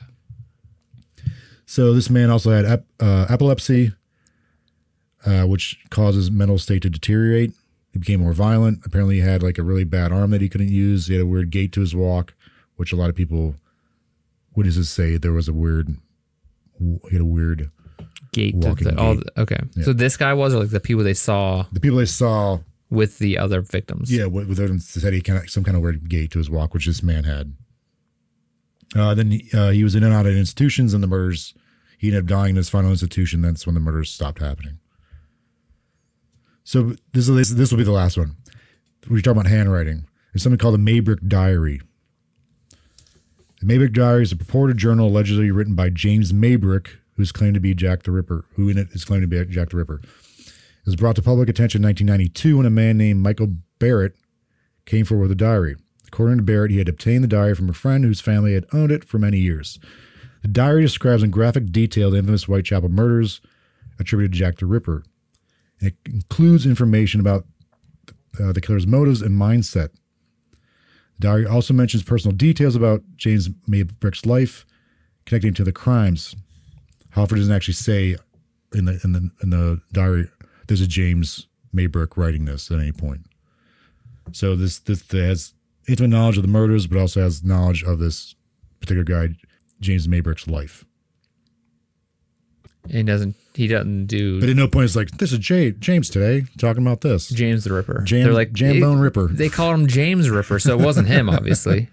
S2: So this man also had ep- uh, epilepsy, uh, which causes mental state to deteriorate. He became more violent. Apparently, he had like a really bad arm that he couldn't use. He had a weird gait to his walk, which a lot of people would just say there was a weird. He had a weird.
S1: Gate. To
S2: Walking
S1: the, all
S2: gate.
S1: the- okay.
S2: Yeah.
S1: So this guy was, or like the people they saw
S2: The people they saw,
S1: with the other victims.
S2: yeah, with with him said he kind of some kind of weird gait to his walk, which this man had. Uh, then he- uh, he was in and out of institutions, and the murders. He ended up dying in his final institution. That's when the murders stopped happening. So this is this will be the last one. We're talking about handwriting. There's something called the Maybrick Diary. The Maybrick Diary is a purported journal allegedly written by James Maybrick, who's claimed to be Jack the Ripper, who in it is claimed to be Jack the Ripper. It was brought to public attention in 1992 when a man named Michael Barrett came forward with a diary. According to Barrett, he had obtained the diary from a friend whose family had owned it for many years. The diary describes in graphic detail the infamous Whitechapel murders attributed to Jack the Ripper. It includes information about uh, the killer's motives and mindset. The diary also mentions personal details about James Maybrick's life connecting to the crimes. Halford doesn't actually say in the in the in the diary there's a James Maybrick writing this at any point. So this this has intimate knowledge of the murders, but also has knowledge of this particular guy, James Maybrick's life.
S1: And he doesn't. He doesn't do
S2: But at no point it's like this is Jay, James today talking about this.
S1: James the Ripper.
S2: Jam,
S1: They're like
S2: Jam
S1: "It-
S2: Bone Ripper.
S1: They called him James Ripper, so it wasn't him, obviously.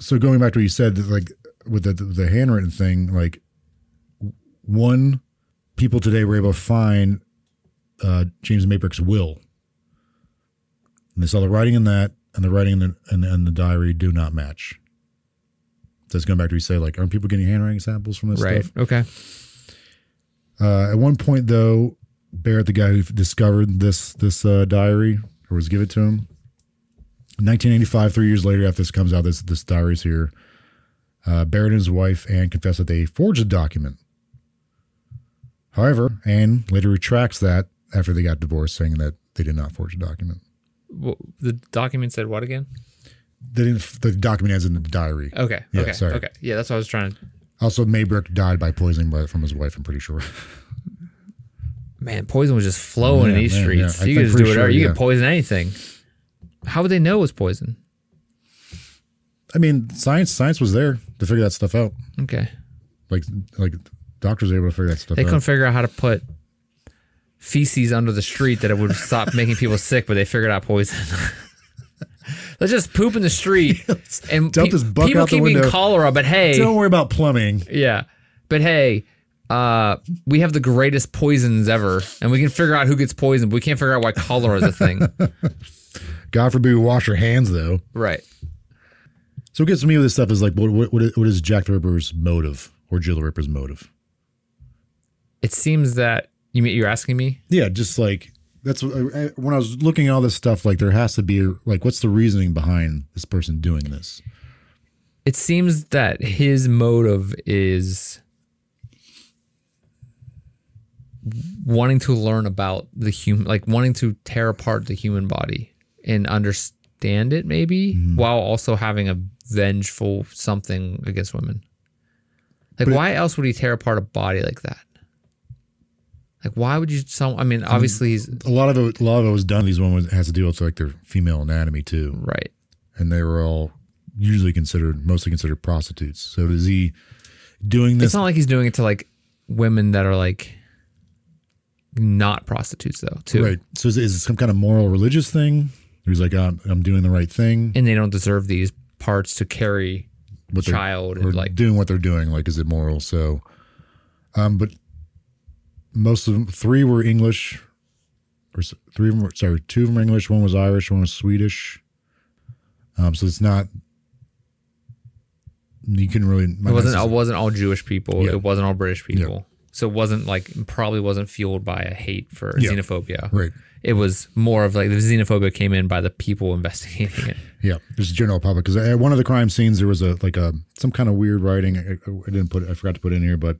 S2: so going back to what you said, that, like with the the handwritten thing, like one people today were able to find uh, James Maybrick's will, and they saw the writing in that, and the writing in the and, and the diary do not match. So it's going back to what you say, like, aren't people getting handwriting samples from this
S1: right.
S2: stuff?
S1: Okay.
S2: Uh, at one point, though, Barrett, the guy who discovered this this uh, diary or was given to him, in 1985, three years later after this comes out, this this diary's here. Uh, Barrett and his wife Anne confess that they forged the document. However, Anne later retracts that after they got divorced, saying that they did not forge the document.
S1: Well, the document said what again?
S2: They didn't, the document ends in the diary.
S1: Okay.
S2: Yeah,
S1: okay.
S2: sorry.
S1: Okay. Yeah, that's what I was trying to.
S2: Also, Maybrick died by poisoning by, from his wife. I'm pretty sure.
S1: Man, poison was just flowing
S2: Yeah,
S1: in these
S2: man, yeah.
S1: streets.
S2: I
S1: You
S2: think
S1: could just do
S2: pretty
S1: whatever.
S2: sure,
S1: you
S2: yeah.
S1: could poison anything. How would they know it was poison?
S2: I mean, science science was there to figure that stuff out.
S1: Okay.
S2: Like like doctors are able to figure that stuff
S1: They
S2: out.
S1: couldn't figure out how to put feces under the street that it would stop making people sick, but they figured out poison. Let's just poop in the street and
S2: dump this buck
S1: people
S2: out the
S1: keep eating
S2: window.
S1: cholera, but hey,
S2: Don't worry about plumbing.
S1: Yeah. But hey, uh, we have the greatest poisons ever, and we can figure out who gets poisoned. But we can't figure out why cholera is a thing.
S2: God forbid you wash your hands though.
S1: right.
S2: So what gets me with this stuff is like, what what, what is- what is Jack the Ripper's motive or Jill the Ripper's motive?
S1: It seems that you mean you're asking me.
S2: Yeah, just like that's what, I, I- when I was looking at all this stuff. Like there has to be like, what's the reasoning behind this person doing this?
S1: It seems that his motive is wanting to learn about the human, like wanting to tear apart the human body and understand it, maybe,
S2: Mm-hmm.
S1: while also having a vengeful something against women. Like,
S2: But it-
S1: why else would he tear apart a body like that? Like, why would you? Some, I mean,
S2: Mm.
S1: obviously he's
S2: A lot of it, a lot of it was done. These women has to do with like their female anatomy too,
S1: right.
S2: and they were all usually considered mostly considered prostitutes. So is he doing this?
S1: It's not like he's doing it to like women that are like not prostitutes though, too.
S2: right. So is, is it some kind of moral religious thing? He's like, I'm, I'm doing the right thing.
S1: and they don't deserve these parts to carry
S2: What they're-
S1: child
S2: or
S1: and like
S2: doing what they're doing like is it moral so um but most of them three were english or s- three of them were sorry two of them were english one was irish one was swedish um so it's not you can really
S1: it wasn't it wasn't all Jewish people.
S2: Yeah.
S1: It wasn't all British people. So it wasn't like it probably wasn't fueled by a hate for
S2: Yeah.
S1: xenophobia.
S2: right
S1: It was more of like the xenophobia came in by the people investigating it.
S2: yeah there's a general public because at one of the crime scenes there was a like a some kind of weird writing I, I- I didn't put it- i forgot to put it in here but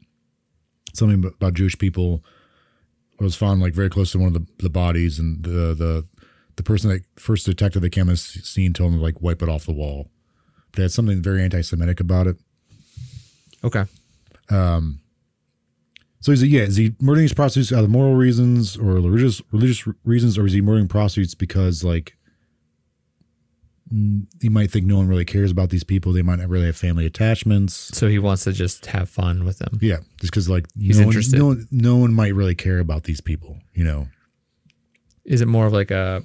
S2: something about jewish people was found like very close to one of the, the bodies and the the the person that first detected the camera scene told him to like wipe it off the wall but it had something very anti-semitic about it
S1: Okay.
S2: So he's like, yeah, is he murdering these prostitutes out of moral reasons or religious religious reasons, or is he murdering prostitutes because like mm, he might think no one really cares about these people? They might not really have family attachments.
S1: So he wants to just have fun with them.
S2: Yeah, just because like
S1: He's
S2: no
S1: interested.
S2: One, no, one- no one might really care about these people, you know?
S1: Is it more of like a?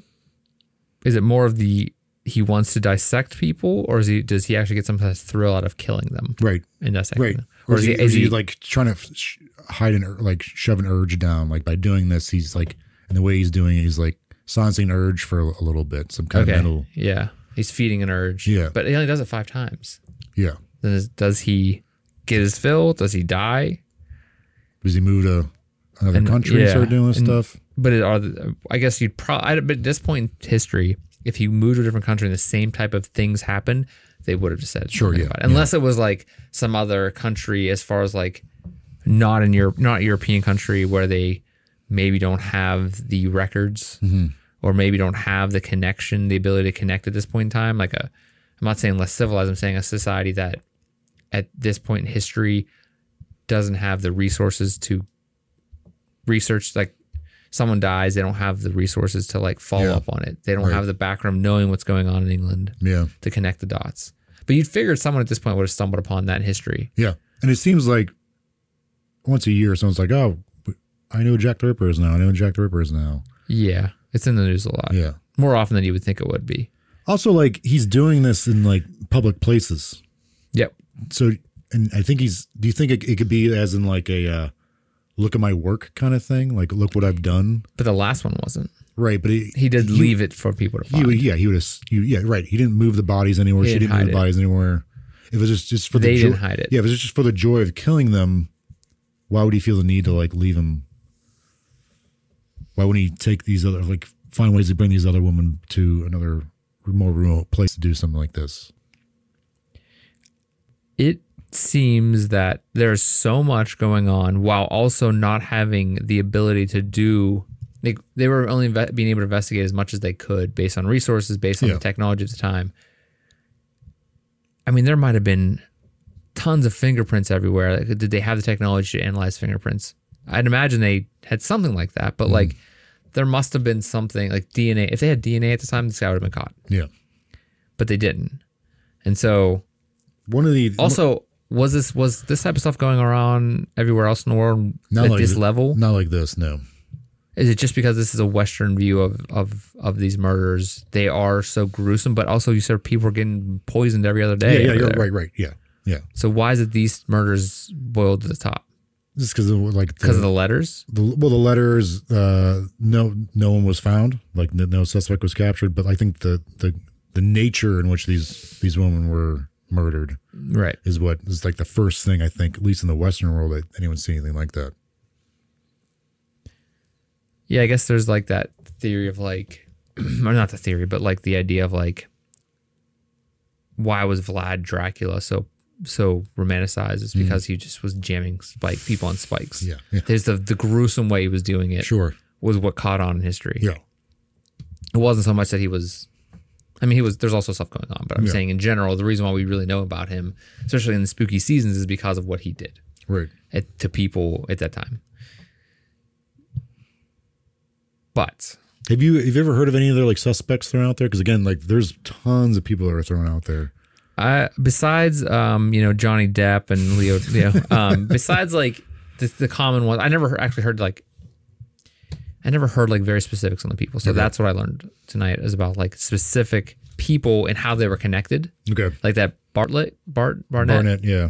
S1: Is it more of the he wants to dissect people, or is he does he actually get some kind of thrill out of killing them
S2: Right,
S1: and dissecting
S2: right.
S1: them?
S2: Or, is, he, is he like trying to sh- hide an ur- like shove an urge down? Like by doing this, he's like, and the way he's doing it, he's like silencing an urge for a little bit, some kind
S1: okay?
S2: of mental,
S1: Yeah, he's feeding an urge.
S2: Yeah.
S1: but he only does it five times.
S2: yeah.
S1: Then is, does he get his fill? Does he die?
S2: Does he move to another
S1: And-
S2: country and
S1: yeah,
S2: start doing this
S1: and-
S2: stuff?
S1: But it, are the, I guess you'd probably but at this point in history, if he moved to a different country and the same type of things happened, they would have just said
S2: Sure,
S1: something
S2: yeah,
S1: about it.
S2: yeah.
S1: unless it was like some other country, as far as like not in Europe, not a European country where they maybe don't have the records
S2: Mm-hmm.
S1: or maybe don't have the connection, the ability to connect at this point in time. Like a, I'm not saying less civilized. I'm saying a society that at this point in history doesn't have the resources to research like someone dies they don't have the resources to like follow
S2: Yeah.
S1: up on it they don't
S2: Right.
S1: have the background knowing what's going on in england
S2: Yeah.
S1: to connect the dots but you'd figured someone at this point would have stumbled upon that in history
S2: Yeah. And it seems like once a year, someone's like, oh, I know who Jack the Ripper is now. I know who Jack the Ripper is now.
S1: yeah it's in the news a lot
S2: Yeah.
S1: more often than you would think it would be
S2: Also, like, he's doing this in like public places.
S1: yep
S2: So, and I think he's, do you think it, it could be as in like a uh, look at my work kind of thing? Like, look what I've done.
S1: but the last one wasn't
S2: Right. But he,
S1: he did
S2: You-
S1: leave it for people to
S2: he
S1: find
S2: would, yeah, he would have, you, yeah, right. He didn't move the bodies anywhere.
S1: He
S2: she
S1: didn't
S2: didn't
S1: hide
S2: move the
S1: it.
S2: bodies anywhere. If it was just, just for
S1: they
S2: the
S1: didn't
S2: joy-
S1: hide it
S2: Yeah, if it's just for the joy of killing them, why would he feel the need to like leave him? Why wouldn't he take these other like find ways to bring these other women to another more remote place to do something like this?
S1: it seems that there's so much going on while also not having the ability to do like they were only inve- being able to investigate as much as they could based on resources based on
S2: Yeah.
S1: the technology at the time i mean there might have been tons of fingerprints everywhere like, did they have the technology to analyze fingerprints i'd imagine they had something like that but like there must have been something like dna if they had dna at the time this guy would have been caught
S2: Yeah.
S1: but they didn't and so
S2: One of the
S1: also, was this was this type of stuff going around everywhere else in the world
S2: Not
S1: at
S2: like
S1: this
S2: th-
S1: level?
S2: not like this, no.
S1: Is it just because this is a Western view of of of these murders? They are so gruesome, but also you said people are getting poisoned every other day.
S2: yeah, yeah,
S1: over
S2: you're
S1: there.
S2: right, right, yeah, yeah.
S1: So why is it these murders boiled to the top?
S2: Just because of like
S1: Because of
S2: the,
S1: the letters?
S2: the well, the letters. Uh, no, no one was found. Like no, no suspect was captured. But I think the the the nature in which these these women were murdered
S1: Right.
S2: is what is like the first thing I think, at least in the Western world, that anyone's seen anything like that.
S1: Yeah, I guess there's like that theory of like, or not the theory, but like the idea of like, why was Vlad Dracula so so romanticized? It's
S2: Hmm.
S1: because he just was jamming spike people on spikes.
S2: Yeah, yeah.
S1: There's the the gruesome way he was doing it
S2: Sure.
S1: was what caught on in history.
S2: Yeah.
S1: It wasn't so much that he was. I mean, he was. There's also stuff going on, but I'm
S2: Yeah.
S1: saying in general, the reason why we really know about him, especially in the spooky seasons, is because of what he did
S2: Right.
S1: at, to people at that time. But
S2: Have you have you ever heard of any other like suspects thrown out there? Because again, like there's tons of people that are thrown out there.
S1: I besides um you know Johnny Depp and Leo Leo um besides like the, the common ones I never heard, actually heard like I never heard like very specifics on the people so that's what I learned tonight is about like specific people and how they were connected
S2: Okay.
S1: like that Bartlett Bart Barnett,
S2: Barnett, yeah.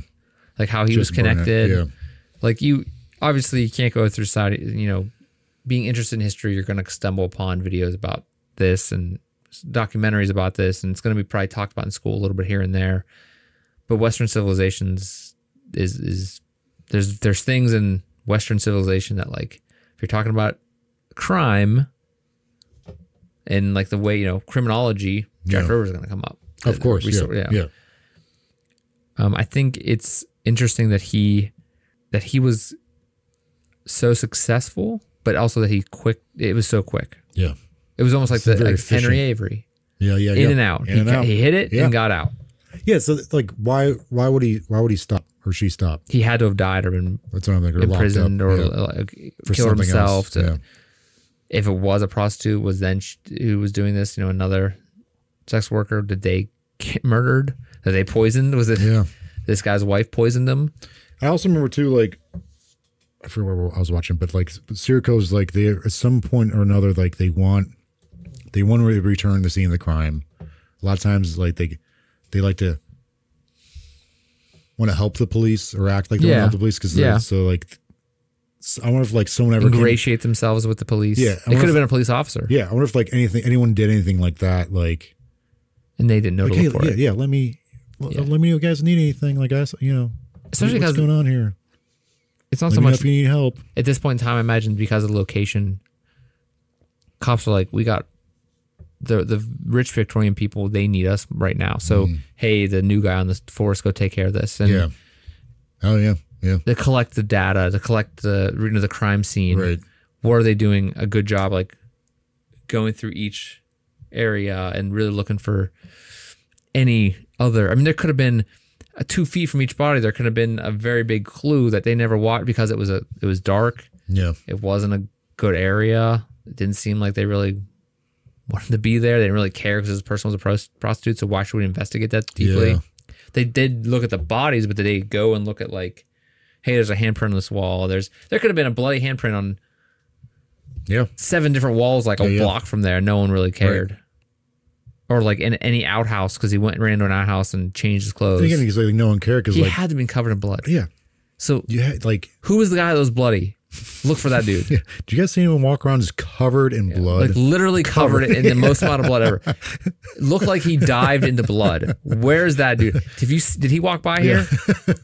S1: like how he was
S2: Just Barnett,
S1: connected
S2: yeah.
S1: like you obviously you can't go through side you know being interested in history you're going to stumble upon videos about this and documentaries about this and it's going to be probably talked about in school a little bit here and there but western civilizations is is there's there's things in western civilization that like if you're talking about crime and like the way you know criminology jack
S2: Yeah.
S1: rivers is going to come up
S2: Of course. Yeah.
S1: Resor-
S2: Yeah. yeah.
S1: um, I think it's interesting that he that he was so successful, but also that he quick. It was so quick.
S2: Yeah.
S1: It was almost like
S2: It's
S1: the
S2: very
S1: like Henry
S2: efficient.
S1: Avery,
S2: Yeah. Yeah.
S1: in and out.
S2: In
S1: he,
S2: and
S1: ca-
S2: out.
S1: he hit it
S2: Yeah.
S1: and got out.
S2: Yeah. So like why why would he why would he stop or she stopped.
S1: He had to have died or been
S2: That's what I'm thinking. locked
S1: imprisoned
S2: up,
S1: or
S2: yeah,
S1: like,
S2: for
S1: killed
S2: something
S1: himself.
S2: Else.
S1: to-
S2: yeah.
S1: If it was a prostitute, was then sh who was doing this? You know, another sex worker? Did they get murdered? Did they poisoned? Was it
S2: Yeah.
S1: this guy's wife poisoned him?
S2: I also remember too, like I forget where I was watching, but like Syracuse, like they at some point or another, like they want they want to return the scene of the crime. A lot of times, like they they like to want to help the police or act like they want
S1: Yeah.
S2: to help the police because
S1: Yeah.
S2: so like s- I wonder if like someone ever came-
S1: Ingratiate themselves with the police.
S2: Yeah, I
S1: it
S2: wonder
S1: could have
S2: if-
S1: been a police officer,
S2: yeah, I wonder if like anything anyone did anything like that, like
S1: and they didn't know
S2: like
S1: to
S2: hey,
S1: look for
S2: yeah,
S1: it.
S2: yeah, let me let-
S1: Yeah.
S2: let me know if you guys need anything, like I you know
S1: Especially
S2: what's
S1: because
S2: going on here.
S1: it's not
S2: Let
S1: so
S2: me know
S1: much
S2: if you need help.
S1: at this point in time, I imagine because of the location, cops are like, we got the the rich Victorian people. They need us right now. So hey, the new guy on the force, go take care of this. And
S2: Hmm. Yeah. Oh yeah, yeah.
S1: to collect the data, to collect the you know, the crime scene.
S2: Right.
S1: What are they doing? A good job, like going through each area and really looking for any other. I mean, there could have been uh, two feet from each body. There could have been a very big clue that they never watched because it was a it was dark.
S2: Yeah.
S1: It wasn't a good area. It didn't seem like they really wanted to be there. They didn't really care because this person was a pros- prostitute. So why should we investigate that deeply?
S2: Yeah.
S1: They did look at the bodies, but did they go and look at like, hey, there's a handprint on this wall. There's there could have been a bloody handprint on
S2: Yeah.
S1: seven different walls, like a
S2: Yeah, yeah.
S1: block from there. No one really cared. Or like in any outhouse because he went ran to an outhouse and changed his clothes.
S2: And again, because like no one cared because
S1: he
S2: like
S1: had to have been covered in blood.
S2: yeah,
S1: So
S2: you had like
S1: who was the guy that was bloody? Look for that dude.
S2: yeah. Do you guys see anyone walk around just covered in blood?
S1: Like literally covered it in the most amount of blood ever. Looked like he dived into blood. Where's that dude? Did you did he walk by here?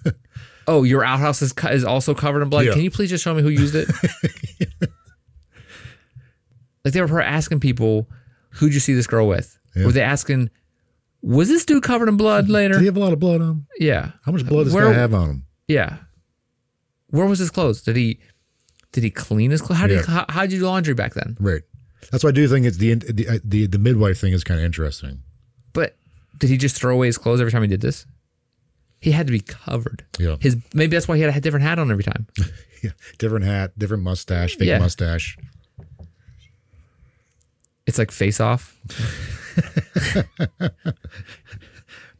S1: oh, your outhouse is co- is also covered in blood.
S2: Yeah.
S1: Can you please just show me who used it? Like they were probably asking people, who'd you see this girl with? Were they asking, was this dude covered in blood
S2: Does
S1: later?
S2: he have a lot of blood on him?
S1: Yeah.
S2: How much blood does
S1: Where-
S2: guy have on him?
S1: Yeah. Where was his clothes? Did he did he clean his clothes? How did
S2: Yeah.
S1: he, how, how'd you do laundry back then?
S2: Right. That's why I do think it's the the uh, the, the midwife thing is kind of interesting.
S1: But did he just throw away his clothes every time he did this? He had to be covered.
S2: Yeah.
S1: His maybe that's why he had a different hat on every time.
S2: Yeah. Different hat, different mustache, fake
S1: Yeah.
S2: mustache.
S1: It's like face off.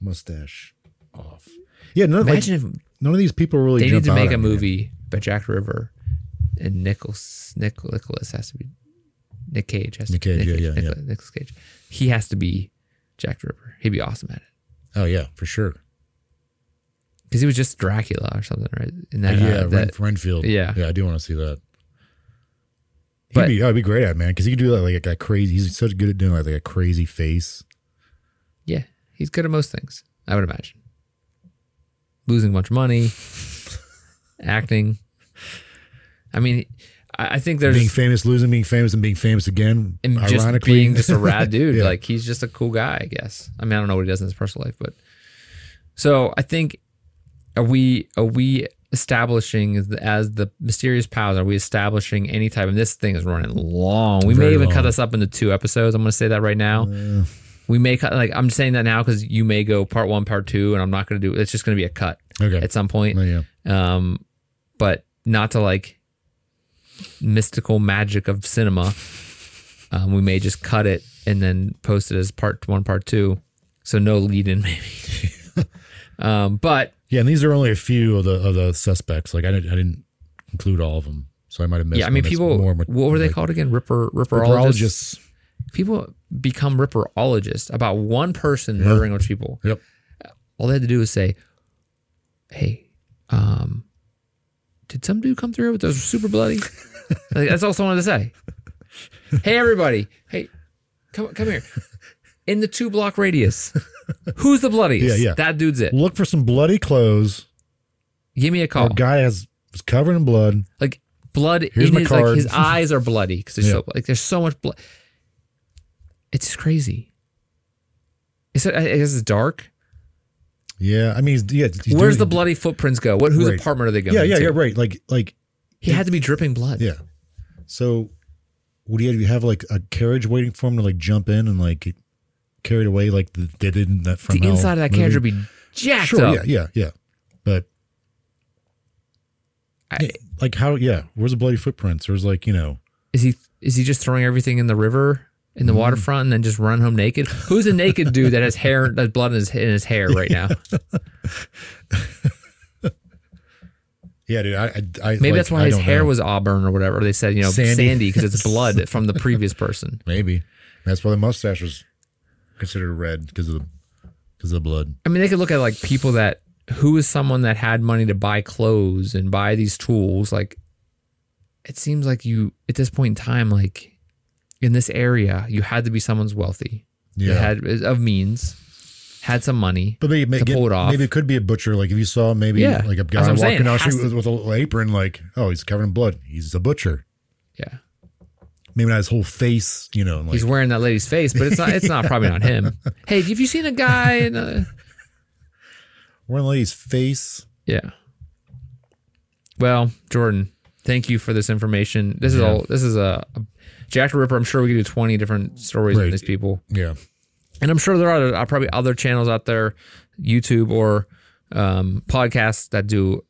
S2: Mustache off. Yeah, none, like,
S1: Imagine if
S2: none of these people really
S1: they need
S2: jump
S1: to
S2: out
S1: make
S2: at
S1: a
S2: me.
S1: movie by Jack River and Nicholas Nick, Nicholas has to be Nick Cage has to
S2: Nick Cage,
S1: Nick
S2: yeah, yeah, yeah.
S1: Nicholas, Nicolas Cage. He has to be Jack River. He'd be awesome at it.
S2: Oh yeah, for sure.
S1: Because he was just Dracula or something, right? In that, uh,
S2: yeah, Ren,
S1: that-
S2: Renfield.
S1: yeah.
S2: Yeah, I do want to see that. He'd
S1: But-
S2: be, oh, he'd be great at it, man, because he could do that like that crazy. He's such good at doing like a crazy face.
S1: yeah, he's good at most things, I would imagine. Losing a bunch of money, acting. I mean, I I think there's
S2: being famous, losing, being famous, and being famous again.
S1: and just
S2: ironically,
S1: being just a rad dude.
S2: Yeah.
S1: Like he's just a cool guy, I guess. I mean, I don't know what he does in his personal life, but so I think are we are we establishing as the, as the mysterious powers? Are we establishing any type? And this thing is running long. We may
S2: Very
S1: even cut
S2: long.
S1: this up into two episodes. I'm going to say that right now. we may cut like I'm saying that now because you may go part one, part two, and I'm not going to do. It's just going to be a cut
S2: okay.
S1: at some point
S2: Oh, yeah,
S1: um, but not to like mystical magic of cinema. Um, we may just cut it and then post it as part one, part two, so no lead in maybe. um, but
S2: yeah, and these are only a few of the of the suspects. Like I didn't, I didn't include all of them, so I might have missed.
S1: yeah, I mean,
S2: one that's
S1: people.
S2: More,
S1: what were they
S2: like,
S1: called again? Ripper, ripperologists.
S2: Ripperologists.
S1: People become ripperologists about one person murdering a bunch of people.
S2: Yep.
S1: All they had to do was say, "Hey, um, did some dude come through with those super bloody?" like, that's all someone had to say. Hey, everybody! Hey, come come here. In the two block radius, who's the bloodiest?
S2: Yeah, yeah.
S1: That dude's it.
S2: Look for some bloody clothes.
S1: Give me a
S2: Our
S1: call.
S2: guy has is covered in blood.
S1: Like blood
S2: Here's
S1: in
S2: my
S1: his like
S2: card.
S1: his eyes are bloody because there's
S2: Yeah.
S1: so like there's so much blood. It's crazy. Is it is it dark?
S2: Yeah, I mean, he's, yeah. he's
S1: Where's the blood?
S2: doing-
S1: bloody footprints go? What whose
S2: Right.
S1: apartment are they going
S2: Yeah, yeah,
S1: to?
S2: yeah. Right. Like, like,
S1: He had to be dripping blood.
S2: yeah. So, what do you, do you have? Like a carriage waiting for him to like jump in and like get carried away? Like they did in that from
S1: the inside of that carriage would be jacked
S2: Sure.
S1: up.
S2: Yeah. Yeah. Yeah. But
S1: I,
S2: Like how? Yeah, where's the bloody footprints? There's like you know,
S1: is he is he just throwing everything in the river in
S2: Mm-hmm.
S1: the waterfront and then just run home naked? Who's the naked dude that has hair that blood in his, in his hair right now?
S2: yeah, dude. I, I, I
S1: Maybe
S2: like,
S1: that's why
S2: I
S1: his
S2: don't
S1: hair
S2: know.
S1: was auburn or whatever. They said you know
S2: Sandy.
S1: sandy because it's blood from the previous person.
S2: maybe. That's why the mustache was considered red because of the because of the blood.
S1: I mean, they could look at like people that who is someone that had money to buy clothes and buy these tools. Like, it seems like you at this point in time, like in this area, you had to be someone's wealthy.
S2: Yeah,
S1: that had of means, had some money.
S2: But maybe,
S1: to
S2: maybe,
S1: pull it off.
S2: maybe it could be a butcher. Like if you saw maybe
S1: Yeah,
S2: like a
S1: that's
S2: guy
S1: what I'm
S2: walking
S1: saying.
S2: down the
S1: It has
S2: street with, with a little apron, like oh he's covered in blood. He's a butcher.
S1: Yeah,
S2: Maybe not his whole face, you know. and, Like
S1: he's wearing that lady's face, but it's not. It's not probably not him. Hey, have you seen a guy? In a,
S2: wearing a lady's face.
S1: yeah. Well, Jordan, thank you for this information. This is
S2: Yeah.
S1: all. This is a, a Jack the Ripper. I'm sure we could do 20 different stories on
S2: Right.
S1: these people.
S2: Yeah,
S1: and I'm sure there are, are probably other channels out there, YouTube or um, podcasts that do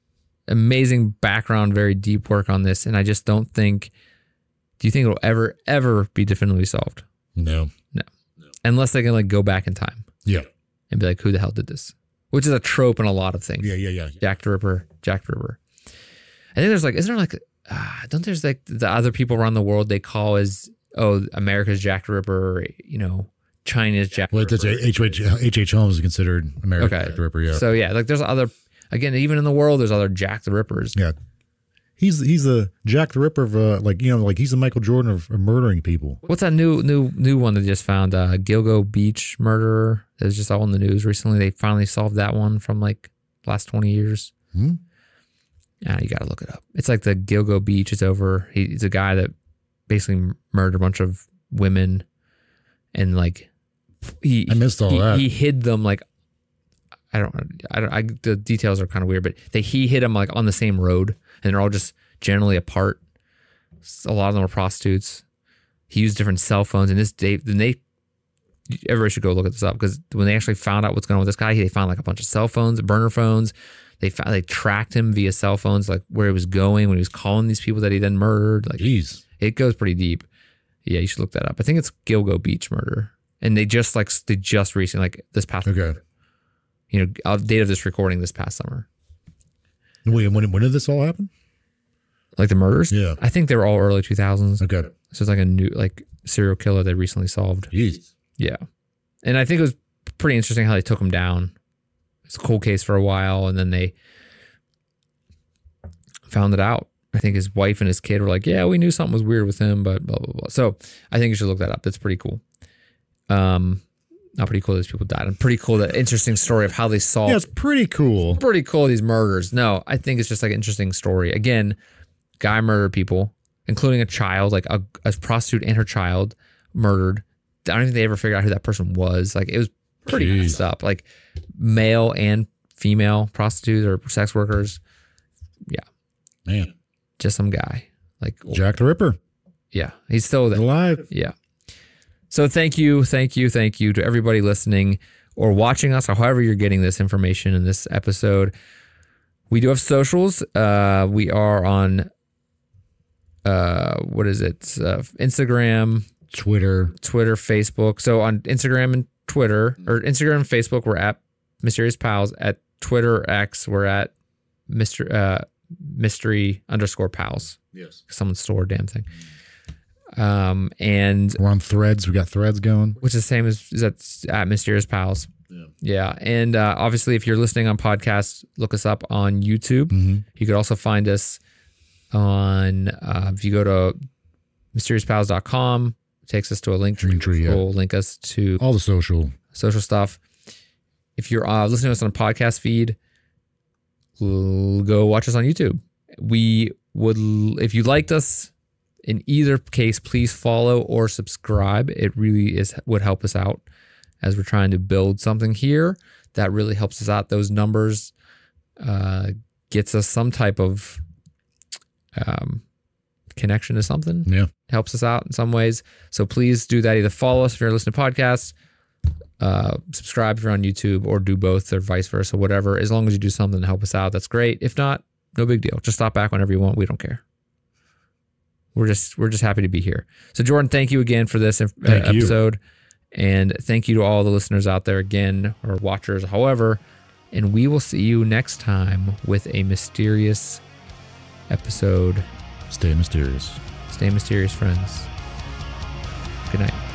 S1: amazing background, very deep work on this. And I just don't think. Do you think it'll ever, ever be definitively solved
S2: no,
S1: unless they can like go back in time
S2: yeah,
S1: and be like, who the hell did this? Which is a trope in a lot of things.
S2: yeah, yeah, yeah.
S1: Jack the Ripper, Jack the Ripper. I think there's like, isn't there like, uh, don't there's like the other people around the world they call as oh America's Jack the Ripper, or, you know China's Jack. the
S2: Well, that's
S1: Ripper.
S2: H H H H Holmes is considered American
S1: Okay.
S2: Jack the Ripper. Yeah,
S1: So yeah, like there's other again, even in the world, there's other Jack the Rippers.
S2: yeah. He's he's a Jack the Ripper of uh, like you know like he's a Michael Jordan of, of murdering people.
S1: What's that new new new one they just found? Uh Gilgo Beach murderer. That was just all in the news recently. They finally solved that one from like last twenty years.
S2: Hmm?
S1: Yeah, you gotta look it up. It's like the Gilgo Beach is over. He, he's a guy that basically murdered a bunch of women and like he
S2: I missed all
S1: he,
S2: that.
S1: he hid them like I don't I don't I, the details are kind of weird, but they he hid them like on the same road and they're all just generally apart. S- A lot of them were prostitutes. He used different cell phones and this day then they everybody should go look at this up because when they actually found out what's going on with this guy, they found like a bunch of cell phones, burner phones. They found they tracked him via cell phones, like where he was going when he was calling these people that he then murdered. Like
S2: Jeez,
S1: it goes pretty deep. Yeah, you should look that up. I think it's Gilgo Beach murder, and they just like they just recently like this past
S2: okay.
S1: you know uh, date of this recording this past summer,
S2: Wait, when when did this all happen?
S1: like the murders.
S2: Yeah.
S1: I think they were all early two thousands.
S2: Okay,
S1: So it's like a new like serial killer they recently solved.
S2: jeez,
S1: Yeah, and I think it was pretty interesting how they took him down. It's a cold case for a while, and then they found it out. I think his wife and his kid were like, "Yeah, we knew something was weird with him," but blah blah blah. So I think you should look that up. That's pretty cool. Um, not pretty cool. Those people died. And pretty cool. That interesting story of how they solved
S2: yeah, it's pretty cool.
S1: pretty cool these murders. No, I think it's just like an interesting story. Again, guy murdered people, including a child, like a, a prostitute and her child murdered. I don't even think they ever figured out who that person was. Like it was pretty
S2: Jeez.
S1: messed up. Like male and female prostitutes or sex workers,
S2: Man,
S1: just some guy. Like
S2: Jack the Ripper
S1: yeah, he's still there.
S2: alive.
S1: Yeah. So thank you, thank you, thank you to everybody listening or watching us, or however you're getting this information in this episode. We do have socials. Uh, we are on uh, what is it? Uh, Instagram,
S2: Twitter,
S1: Twitter, Facebook. So on Instagram and Twitter, or Instagram and Facebook, we're at Mysterious Pals. At Twitter X, we're at Mister uh, Mystery underscore Pals.
S2: yes.
S1: Someone stole our damn thing. Um, and
S2: We're on Threads. We got Threads going.
S1: which is the same as is at, at Mysterious Pals.
S2: Yeah.
S1: And uh, obviously, if you're listening on podcasts, look us up on YouTube.
S2: Mm-hmm.
S1: You could also find us on, uh, if you go to mysteriouspals.com, it takes us to a link tree.
S2: Link tree, yeah.
S1: will link us to
S2: All the social.
S1: social stuff. If you're uh, listening to us on a podcast feed, l- go watch us on YouTube. We would, l- if you liked us, in either case, please follow or subscribe. It really is would help us out as we're trying to build something here that really helps us out. Those numbers uh, gets us some type of um, connection to something
S2: Yeah.
S1: helps us out in some ways. So please do that. Either follow us if you're listening to podcasts, uh, subscribe if you're on YouTube, or do both or vice versa, whatever. As long as you do something to help us out, that's great. If not, No big deal. Just stop back whenever you want. We don't care. We're just we're just happy to be here. So Jordan, thank you again for this uh,
S2: Thank you.
S1: episode, and thank you to all the listeners out there again or watchers, however. And we will see you next time with a mysterious episode.
S2: Stay mysterious.
S1: Stay mysterious, friends. Good night.